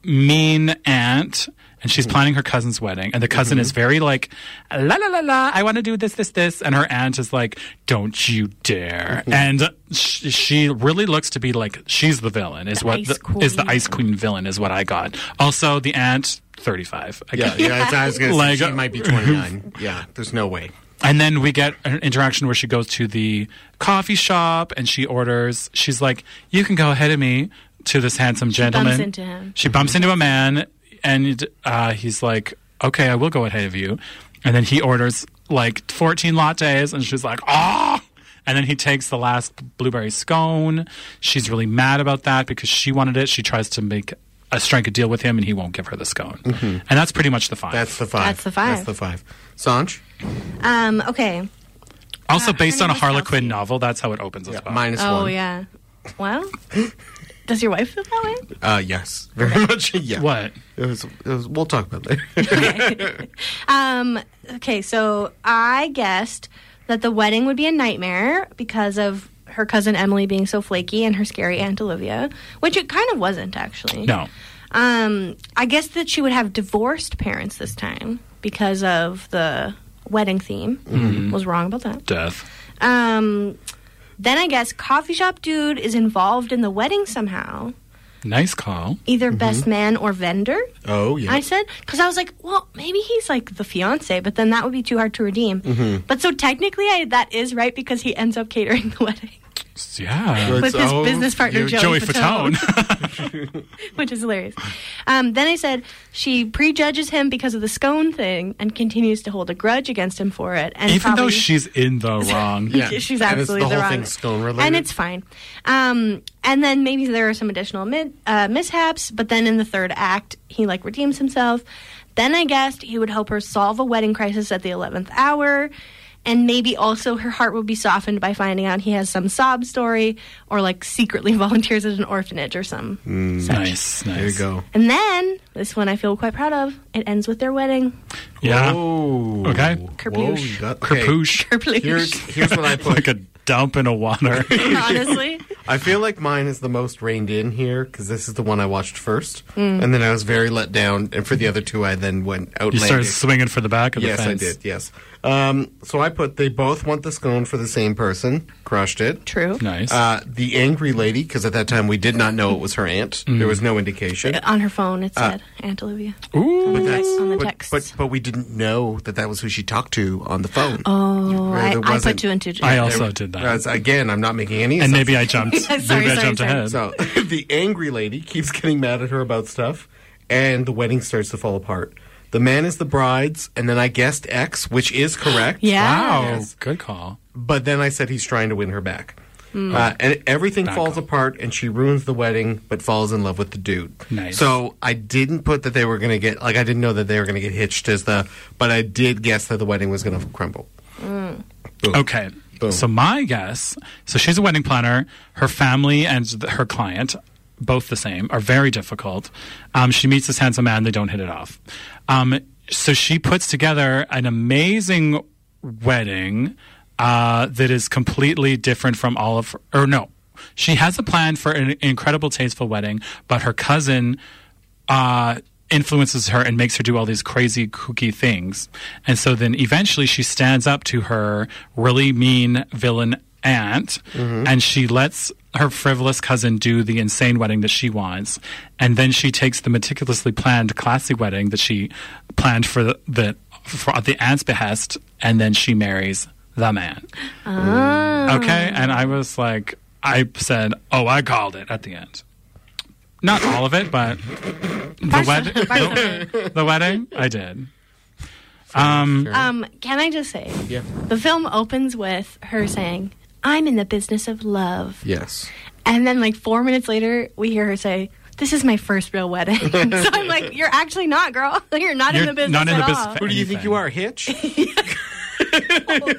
Speaker 2: mean aunt. And she's planning her cousin's wedding, and the cousin is very like, la la la la, I want to do this, this, this, and her aunt is like, don't you dare, and sh- she really looks to be like she's the villain, is what
Speaker 3: ice
Speaker 2: the, is the
Speaker 3: queen.
Speaker 2: ice queen villain is what I got. Also, the ant, 35. I
Speaker 1: Yeah,
Speaker 2: guess.
Speaker 1: yeah. it's- I was going to
Speaker 2: Like- uh,
Speaker 1: say she might be 29. Yeah, there's no way.
Speaker 2: And then we get an interaction where she goes to the coffee shop and she orders, she's like, you can go ahead of me to this handsome gentleman.
Speaker 3: into him.
Speaker 2: She bumps into a man and uh, he's like, okay, I will go ahead of you. And then he orders like 14 lattes and she's like, ah. And then he takes the last blueberry scone. She's really mad about that because she wanted it. She tries to make a strike a deal with him and he won't give her the scone. And that's pretty much the five.
Speaker 1: That's the five.
Speaker 3: That's the five.
Speaker 1: That's the five. Sanj,
Speaker 3: Um, okay.
Speaker 2: Also
Speaker 3: Uh, her
Speaker 2: based on
Speaker 3: name
Speaker 2: a
Speaker 3: was
Speaker 2: Harlequin
Speaker 3: Kelsey.
Speaker 2: novel, that's how it opens as well.
Speaker 1: minus one.
Speaker 3: Oh, yeah. Well, does your wife feel that way?
Speaker 1: Uh, yes, very much. Yeah.
Speaker 2: What?
Speaker 1: It was, it was, we'll talk about it later.
Speaker 3: Um, okay, so I guessed that the wedding would be a nightmare because of her cousin Emily being so flaky and her scary Aunt Olivia, which it kind of wasn't actually.
Speaker 2: No.
Speaker 3: Um, I guess that she would have divorced parents this time because of the wedding theme. Was wrong about that.
Speaker 2: Death.
Speaker 3: Um, then I guess coffee shop dude is involved in the wedding somehow.
Speaker 2: Nice call.
Speaker 3: either best man or vendor.
Speaker 1: Oh yeah.
Speaker 3: I said because I was like, well, maybe he's like the fiance, but then that would be too hard to redeem.
Speaker 2: Mm-hmm.
Speaker 3: But so technically, I, that is right because he ends up catering the wedding
Speaker 2: Yeah.
Speaker 3: with his business partner
Speaker 2: oh, You're
Speaker 3: Joey,
Speaker 2: Joey
Speaker 3: Fatone,
Speaker 2: Fatone.
Speaker 3: which is hilarious. Um, then I said she prejudges him because of the scone thing and continues to hold a grudge against him for it. And
Speaker 2: Even though
Speaker 3: probably-
Speaker 2: she's in the wrong.
Speaker 1: Yeah.
Speaker 3: she's
Speaker 1: And it's
Speaker 3: absolutely
Speaker 1: the whole
Speaker 3: wrong.
Speaker 1: thing's scone related.
Speaker 3: and it's fine. Um, and then maybe there are some additional mid, uh, mishaps, but then in the third act, he like redeems himself. Then I guessed he would help her solve a wedding crisis at the eleventh hour, and maybe also her heart would be softened by finding out he has some sob story or like secretly volunteers at an orphanage or some
Speaker 1: Hmm.
Speaker 3: such.
Speaker 2: Nice, nice.
Speaker 1: there you go.
Speaker 3: And then this one I feel quite proud of. It ends with their wedding.
Speaker 2: Yeah.
Speaker 1: Oh.
Speaker 2: Uh-huh. Okay.
Speaker 1: Whoa,
Speaker 3: Kerploosh.
Speaker 1: you got- okay.
Speaker 2: Kerpoosh.
Speaker 1: Here's here's what I put.
Speaker 2: Like a dump in a water.
Speaker 3: Honestly,
Speaker 1: I feel like mine is the most reined in here because this is the one I watched first,
Speaker 3: Mm.
Speaker 1: and then I was very let down. And for the other two, I then went
Speaker 2: you
Speaker 1: outlandish.
Speaker 2: started swinging for the back of
Speaker 1: yes,
Speaker 2: the fence.
Speaker 1: I did. Yes. Um, so I put they both want the scone for the same person. Crushed it.
Speaker 3: true.
Speaker 2: Nice.
Speaker 1: Uh, the angry lady, because at that time we did not know it was her aunt.
Speaker 2: Mm.
Speaker 1: There was no indication.
Speaker 3: On her phone, it said Aunt Olivia.
Speaker 2: Ooh.
Speaker 1: But
Speaker 3: Uh, on the
Speaker 1: Uh, but,
Speaker 3: text.
Speaker 1: But, but we didn't know that that was who she talked to on the phone.
Speaker 3: Oh,
Speaker 1: Right,
Speaker 3: I,
Speaker 1: there
Speaker 3: I
Speaker 1: wasn't-
Speaker 3: put two and two.
Speaker 2: I
Speaker 3: together.
Speaker 2: also did that.
Speaker 1: That's- again, I'm not making any.
Speaker 2: and
Speaker 1: assumptions.
Speaker 2: maybe I jumped.
Speaker 3: Sorry,
Speaker 2: maybe I
Speaker 3: sorry,
Speaker 2: jumped
Speaker 3: sorry.
Speaker 2: ahead.
Speaker 1: So the angry lady keeps getting mad at her about stuff, and the wedding starts to fall apart. The man is the bride's, and then I guessed X, which is correct.
Speaker 3: yeah.
Speaker 2: wow.
Speaker 1: Yes.
Speaker 2: Good call.
Speaker 1: But then I said he's trying to win her back. Uh, and everything falls
Speaker 2: call.
Speaker 1: apart, and she ruins the wedding, but falls in love with the dude.
Speaker 2: Nice.
Speaker 1: So I didn't put that they were going to get, like, I didn't know that they were going to get hitched as the, but I did guess that the wedding was going to crumble.
Speaker 2: Okay.
Speaker 1: Boom.
Speaker 2: So my guess, so she's a wedding planner. Her family and th- her client, both the same, are very difficult. Um, she meets this handsome man. They don't hit it off. Um, so she puts together an amazing wedding uh, that is completely different from all of, or no, she has a plan for an incredible, tasteful wedding, but her cousin uh, influences her and makes her do all these crazy, kooky things. And so then eventually she stands up to her really mean villain aunt and she lets her frivolous cousin do the insane wedding that she wants. And then she takes the meticulously planned, classy wedding that she planned for the, the, for the aunt's behest and then she marries the man. Okay, and I was like, I said, "Oh, I called it at the end." Not all of it, but the wedding. The, the wedding, I did. Um,
Speaker 3: Um, can I just say,
Speaker 1: Yeah.
Speaker 3: the film opens with her saying, "I'm in the business of love,"
Speaker 1: Yes.
Speaker 3: and then like four minutes later, we hear her say. This is my first real wedding. so I'm like, you're actually not, girl. You're not
Speaker 2: You're
Speaker 3: in the business
Speaker 2: not in
Speaker 3: at
Speaker 2: the business
Speaker 3: all.
Speaker 2: of
Speaker 1: Who do you think you
Speaker 2: Anything.
Speaker 1: are,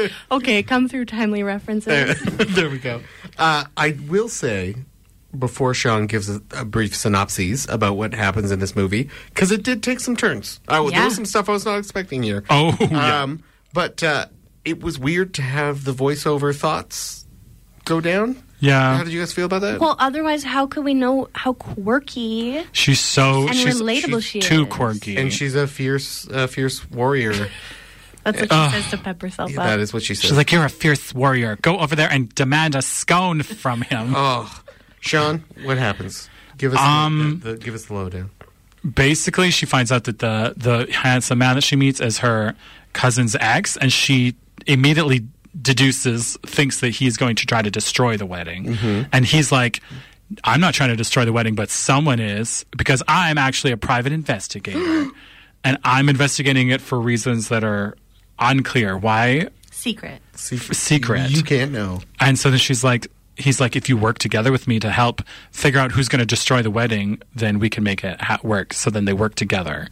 Speaker 1: Hitch?
Speaker 3: Okay, come through timely references.
Speaker 1: there we go. Uh, I will say before Sean gives a, a brief synopsis about what happens in this movie because it did take some turns. I, There
Speaker 3: Yeah.
Speaker 1: was some stuff I was not expecting here.
Speaker 2: oh, yeah.
Speaker 1: um, but uh, it was weird to have the voiceover thoughts go down. How
Speaker 2: yeah.
Speaker 1: did you guys feel about that?
Speaker 3: well, otherwise, how could we know how quirky
Speaker 2: She's so
Speaker 3: and
Speaker 2: she's
Speaker 3: relatable she
Speaker 1: she's
Speaker 3: is?
Speaker 2: too quirky.
Speaker 1: and she's a fierce, uh, fierce warrior.
Speaker 3: That's what she
Speaker 2: Uh,
Speaker 3: says to pep herself up.
Speaker 1: that is what she said.
Speaker 2: she's like, "You're a fierce warrior. Go over there and demand a scone from him."
Speaker 1: oh, Sean, what happens? Give us
Speaker 2: Um,
Speaker 1: the, the, the, give us the lowdown.
Speaker 2: basically she finds out that the the handsome man that she meets is her cousin's ex and she immediately deduces thinks that he's going to try to destroy the wedding and he's like i'm not trying to destroy the wedding but someone is because i'm actually a private investigator and i'm investigating it for reasons that are unclear why
Speaker 3: Secret.
Speaker 2: secret.
Speaker 1: You can't know.
Speaker 2: and so then she's like, he's like, if you work together with me to help figure out who's going to destroy the wedding, then we can make it ha- work. So then they work together.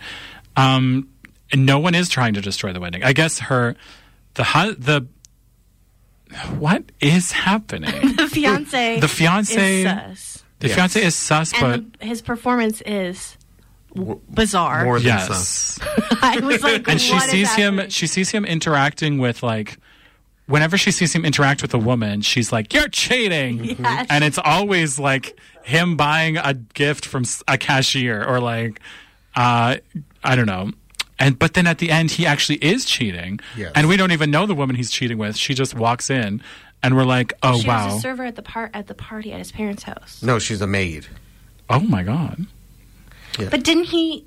Speaker 2: Um, and no one is trying to destroy the wedding. I guess her, the hu- the, what is happening?
Speaker 3: The fiance.
Speaker 2: The fiance-
Speaker 3: Is sus.
Speaker 2: the
Speaker 1: Yes.
Speaker 2: fiance is sus, but
Speaker 3: and the, his performance is bizarre.
Speaker 1: More than some.
Speaker 2: yes.
Speaker 3: I was like,
Speaker 2: and she
Speaker 3: what is
Speaker 2: sees him
Speaker 3: happening?
Speaker 2: she sees him interacting with like whenever she sees him interact with a woman she's like you're cheating
Speaker 3: Yes.
Speaker 2: and it's always like him buying a gift from s- a cashier or like uh i don't know and but then at the end he actually is cheating
Speaker 1: Yes.
Speaker 2: and we don't even know the woman he's cheating with she just walks in and we're like oh
Speaker 3: She
Speaker 2: wow
Speaker 3: was a server at the par- at the party at his parents' house.
Speaker 1: No, she's a maid.
Speaker 2: Oh my god.
Speaker 3: But didn't he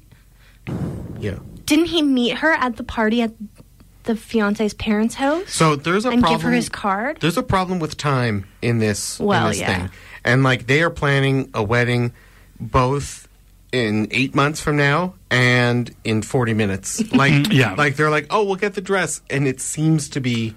Speaker 1: Yeah.
Speaker 3: didn't he meet her at the party at the fiance's parents' house?
Speaker 1: So there's a
Speaker 3: And give her
Speaker 1: problem.
Speaker 3: his card?
Speaker 1: There's a problem with time in this. in
Speaker 3: Well,
Speaker 1: this
Speaker 3: yeah.
Speaker 1: thing. And like they are planning a wedding, both in eight months from now and in 40 minutes. Like
Speaker 2: Mm, Yeah.
Speaker 1: like they're like, oh, we'll get the dress, and it seems to be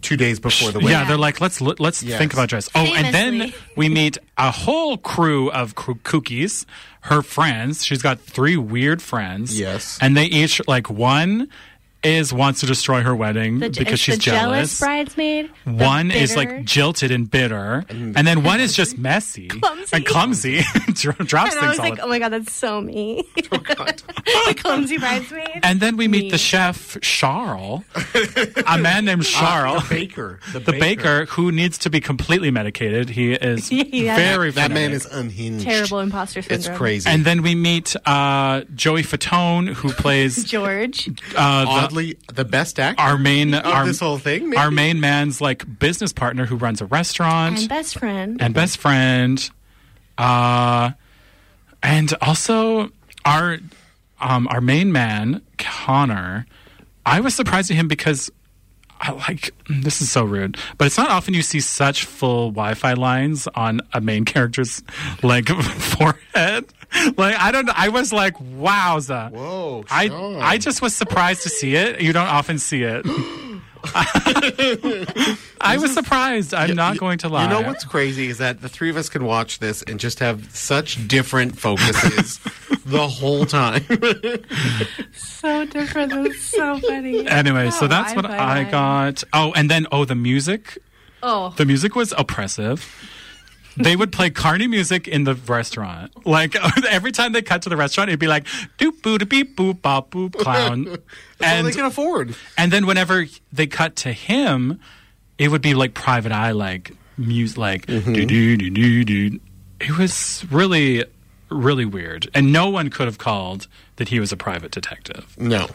Speaker 1: two days before the wedding.
Speaker 2: Yeah, they're like let's l- let's
Speaker 1: Yes.
Speaker 2: think about dress. Oh, and then
Speaker 3: Famously.
Speaker 2: we meet a whole crew of coo- kookies, her friends. She's got three weird friends.
Speaker 1: Yes.
Speaker 2: and they each like one is wants to destroy her wedding
Speaker 3: The,
Speaker 2: because
Speaker 3: it's
Speaker 2: she's
Speaker 3: the jealous bridesmaid. the
Speaker 2: One is
Speaker 3: bitter-
Speaker 2: like jilted and bitter,
Speaker 1: Mm.
Speaker 2: and then one is just messy
Speaker 3: Clumsy.
Speaker 2: and clumsy, dro- drops
Speaker 3: and I
Speaker 2: things
Speaker 3: was
Speaker 2: all.
Speaker 3: like, oh my god, that's so me. the clumsy bridesmaid.
Speaker 2: Oh, and then we meet
Speaker 3: "Oh,
Speaker 2: the chef Charles, a man named
Speaker 1: Ah,
Speaker 2: Charles,
Speaker 1: The baker. The,
Speaker 2: the baker who needs to be completely medicated. He is
Speaker 3: Yeah.
Speaker 2: very
Speaker 1: That man
Speaker 2: frenetic.
Speaker 1: is unhinged.
Speaker 3: Terrible imposter syndrome.
Speaker 1: It's crazy.
Speaker 2: And then we meet uh, Joey Fatone, who plays
Speaker 3: George.
Speaker 2: uh, the-
Speaker 1: Oddly, the best act
Speaker 2: our main
Speaker 1: of
Speaker 2: our,
Speaker 1: this whole thing. maybe.
Speaker 2: our main man's like business partner who runs a restaurant
Speaker 3: And best friend.
Speaker 1: Mm-hmm.
Speaker 2: and best friend, uh, and also our um, our main man Connor. I was surprised at him because I like mm, this is so rude, but it's not often you see such full Wi-Fi lines on a main character's like forehead. Like I don't, I was like, wowza.
Speaker 1: Whoa,
Speaker 2: I
Speaker 1: Sean.
Speaker 2: I just was surprised to see it. You don't often see it. I was surprised. I'm not
Speaker 1: You-
Speaker 2: going to lie.
Speaker 1: You know what's crazy is that the three of us can watch this and just have such different focuses the whole time.
Speaker 3: So different. That's so funny.
Speaker 2: Anyway, so
Speaker 3: Oh,
Speaker 2: that's what
Speaker 3: bye-bye.
Speaker 2: I got. Oh, and then oh, the music.
Speaker 3: Oh.
Speaker 2: The music was oppressive. They would play Carney music in the restaurant. Like every time they cut to the restaurant, it'd be like doop boo da beep boop bop boop clown.
Speaker 1: and
Speaker 2: and
Speaker 1: they can afford.
Speaker 2: and then whenever they cut to him, it would be like private eye like music like do do do do do. It was really really weird. And no one could have called that he was a private detective.
Speaker 1: No.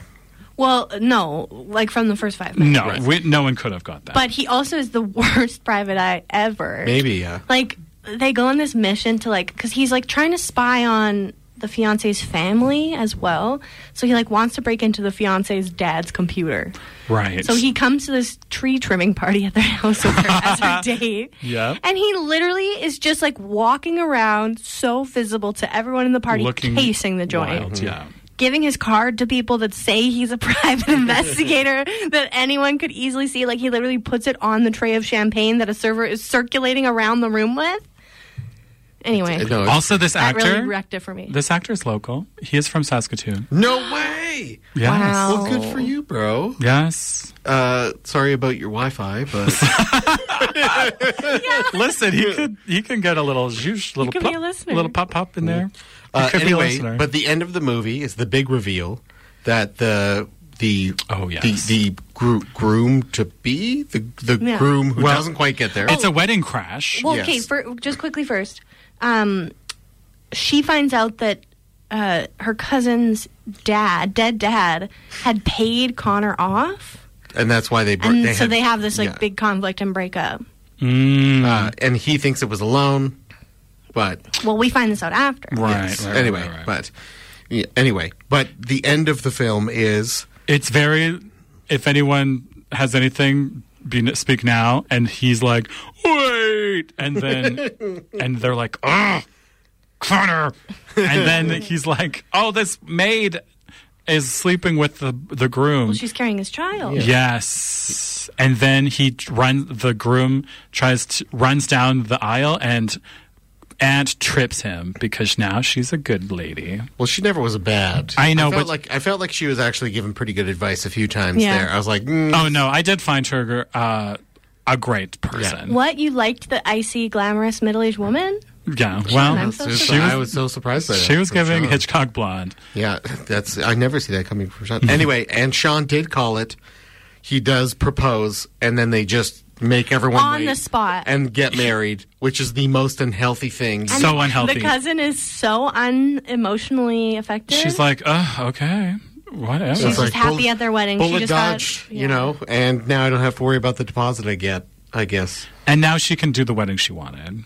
Speaker 3: Well, no, like from the first five minutes.
Speaker 2: No, we, no one could have got that.
Speaker 3: But he also is the worst private eye ever.
Speaker 1: Maybe, yeah.
Speaker 3: Like, they go on this mission to, like, because he's, like, trying to spy on the fiance's family as well. So he, like, wants to break into the fiance's dad's computer.
Speaker 2: Right.
Speaker 3: So he comes to this tree trimming party at their house with her as her date.
Speaker 2: Yeah.
Speaker 3: And he literally is just like walking around so visible to everyone in the party, casing the joint.
Speaker 2: wild, Yeah.
Speaker 3: Giving his card to people that say he's a private investigator that anyone could easily see. Like he literally puts it on the tray of champagne that a server is circulating around the room with. Anyway,
Speaker 1: No, it's- uh,
Speaker 2: Also, this
Speaker 3: that
Speaker 2: actor.
Speaker 3: really wrecked it for me.
Speaker 2: this actor is local. He is from Saskatoon.
Speaker 1: no way.
Speaker 2: Yes.
Speaker 3: Wow.
Speaker 1: Well, good for you, bro.
Speaker 2: Yes.
Speaker 1: Uh, sorry about your Wi-Fi, but
Speaker 2: Listen, you could you can get a little zhoosh, little
Speaker 3: could be
Speaker 2: pop,
Speaker 3: a listener.
Speaker 2: little pop pop in there.
Speaker 1: uh,
Speaker 2: you could be a
Speaker 1: anyway.
Speaker 2: listener.
Speaker 1: But the end of the movie is the big reveal that the the
Speaker 2: Oh, yes.
Speaker 1: the, the gro- groom to be the the
Speaker 3: Yeah.
Speaker 1: groom who
Speaker 2: Well,
Speaker 1: doesn't quite get there.
Speaker 2: it's a wedding crash.
Speaker 3: Well, okay,
Speaker 1: Yes.
Speaker 3: for, just quickly first. Um, she finds out that uh, her cousin's dad, dead dad, had paid Connor off.
Speaker 1: and that's why they brought.
Speaker 3: And
Speaker 1: they
Speaker 3: so
Speaker 1: had-
Speaker 3: they have this like
Speaker 1: yeah.
Speaker 3: big conflict and breakup.
Speaker 2: Mm,
Speaker 1: Uh, and he thinks it was a loan, but
Speaker 3: Well, we find this out after.
Speaker 2: right,
Speaker 1: Yes.
Speaker 2: right, right,
Speaker 1: anyway,
Speaker 2: right, right.
Speaker 1: but yeah, anyway, but the end of the film is
Speaker 2: it's very. If anyone has anything, be, speak now. And he's like, wait, and then and they're like, ah, Connor, and then he's like, oh, this maid is sleeping with the the groom.
Speaker 3: She's carrying his child.
Speaker 2: Yes. And then he runs, the groom tries to, runs down the aisle and Aunt trips him because now she's a good lady.
Speaker 1: well, she never was bad.
Speaker 2: I know,
Speaker 1: felt
Speaker 2: but-
Speaker 1: like I felt like she was actually given pretty good advice a few times
Speaker 3: Yeah.
Speaker 1: there. I was like, mm,
Speaker 2: Oh no, I did find her uh, a great person.
Speaker 3: What you liked the icy, glamorous middle-aged woman?
Speaker 2: Yeah. Well,
Speaker 3: I'm
Speaker 1: that's
Speaker 3: so
Speaker 1: just-
Speaker 3: surprised.
Speaker 1: I was so surprised. By that
Speaker 2: she was
Speaker 1: for
Speaker 2: giving
Speaker 1: Sean.
Speaker 2: Hitchcock blonde.
Speaker 1: Yeah, that's I never see that coming from Sean. anyway, and Sean did call it. He does propose, and then they just make everyone
Speaker 3: On
Speaker 1: wait
Speaker 3: the spot.
Speaker 1: and get married, which is the most unhealthy thing.
Speaker 2: So unhealthy.
Speaker 3: The cousin is so unemotionally affected.
Speaker 2: She's like, oh, okay, whatever.
Speaker 3: She's
Speaker 1: It's
Speaker 3: just happy
Speaker 1: bullet-
Speaker 3: at their wedding. She
Speaker 1: Bullet
Speaker 3: just got-
Speaker 1: dodge,
Speaker 3: yeah.
Speaker 1: you know, and now I don't have to worry about the deposit I get. I guess.
Speaker 2: and now she can do the wedding she wanted.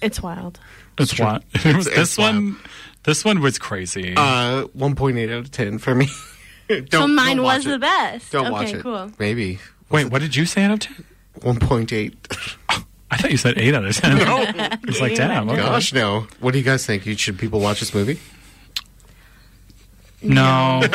Speaker 3: it's wild.
Speaker 2: That's one. It was
Speaker 1: It's-
Speaker 2: this
Speaker 1: it's
Speaker 2: one. This one was crazy.
Speaker 1: Uh, 1.8 out of 10 for me. don't,
Speaker 3: so mine
Speaker 1: don't watch
Speaker 3: was
Speaker 1: it.
Speaker 3: the best.
Speaker 1: Don't
Speaker 3: okay,
Speaker 1: watch it.
Speaker 3: cool.
Speaker 1: Maybe.
Speaker 2: Wait, what did you say out of ten?
Speaker 1: 1.8.
Speaker 2: I thought you said eight out of ten. No, it's like
Speaker 3: Yeah,
Speaker 2: damn. Okay.
Speaker 1: Gosh, no. What do you guys think? You, should people watch this movie?
Speaker 2: No,
Speaker 3: Out of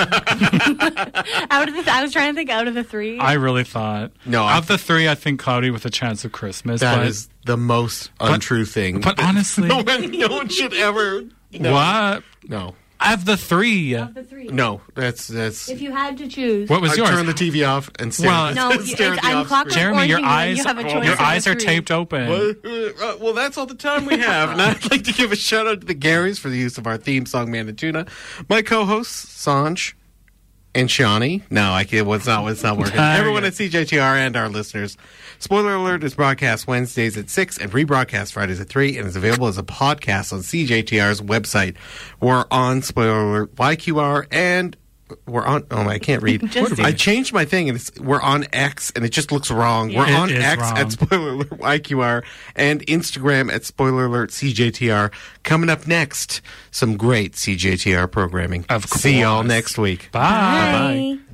Speaker 3: the, I was trying to think out of the three.
Speaker 2: I really thought.
Speaker 1: No, I-
Speaker 2: of the three, I think Cloudy with a Chance of Christmas.
Speaker 1: That
Speaker 2: but,
Speaker 1: is the most untrue thing.
Speaker 2: but honestly,
Speaker 1: no, one, no one should ever.
Speaker 2: what
Speaker 1: No.
Speaker 2: of the three?
Speaker 3: of the three.
Speaker 1: No. That's. that's.
Speaker 3: If you had to choose.
Speaker 2: What was
Speaker 1: I
Speaker 2: yours?
Speaker 1: turn the TV off and stare,
Speaker 2: Well-
Speaker 3: No,
Speaker 1: stare
Speaker 3: you-
Speaker 1: at
Speaker 3: it's-
Speaker 1: the Oh,
Speaker 3: I'm
Speaker 1: off
Speaker 3: clockwork
Speaker 1: screen.
Speaker 2: Jeremy, your
Speaker 3: Orange, you know,
Speaker 2: eyes,
Speaker 3: you have a choice
Speaker 2: your
Speaker 3: out of
Speaker 2: eyes are
Speaker 3: three.
Speaker 2: taped open.
Speaker 1: Uh, well, that's all the time we have. And I'd like to give a shout out to the Garys for the use of our theme song, Mandatuna. My co hosts, Sanj and Shawnee. No, I can't. What's not? What's not working?
Speaker 2: Tired.
Speaker 1: Everyone at CJTR and our listeners. Spoiler alert is broadcast Wednesdays at 6 and rebroadcast Fridays at 3 and is available as a podcast on CJTR's website. We're on Spoiler Alert YQR and. We're on. Oh, I can't read.
Speaker 3: Just
Speaker 1: I changed my thing, and it's, we're on X, and it just looks wrong. We're
Speaker 2: It
Speaker 1: on
Speaker 2: is
Speaker 1: X
Speaker 2: wrong.
Speaker 1: at Spoiler Alert YQR and Instagram at Spoiler Alert CJTR. Coming up next, some great CJTR programming.
Speaker 2: Of
Speaker 1: See y'all
Speaker 2: course.
Speaker 1: next week.
Speaker 2: Bye.
Speaker 3: Bye.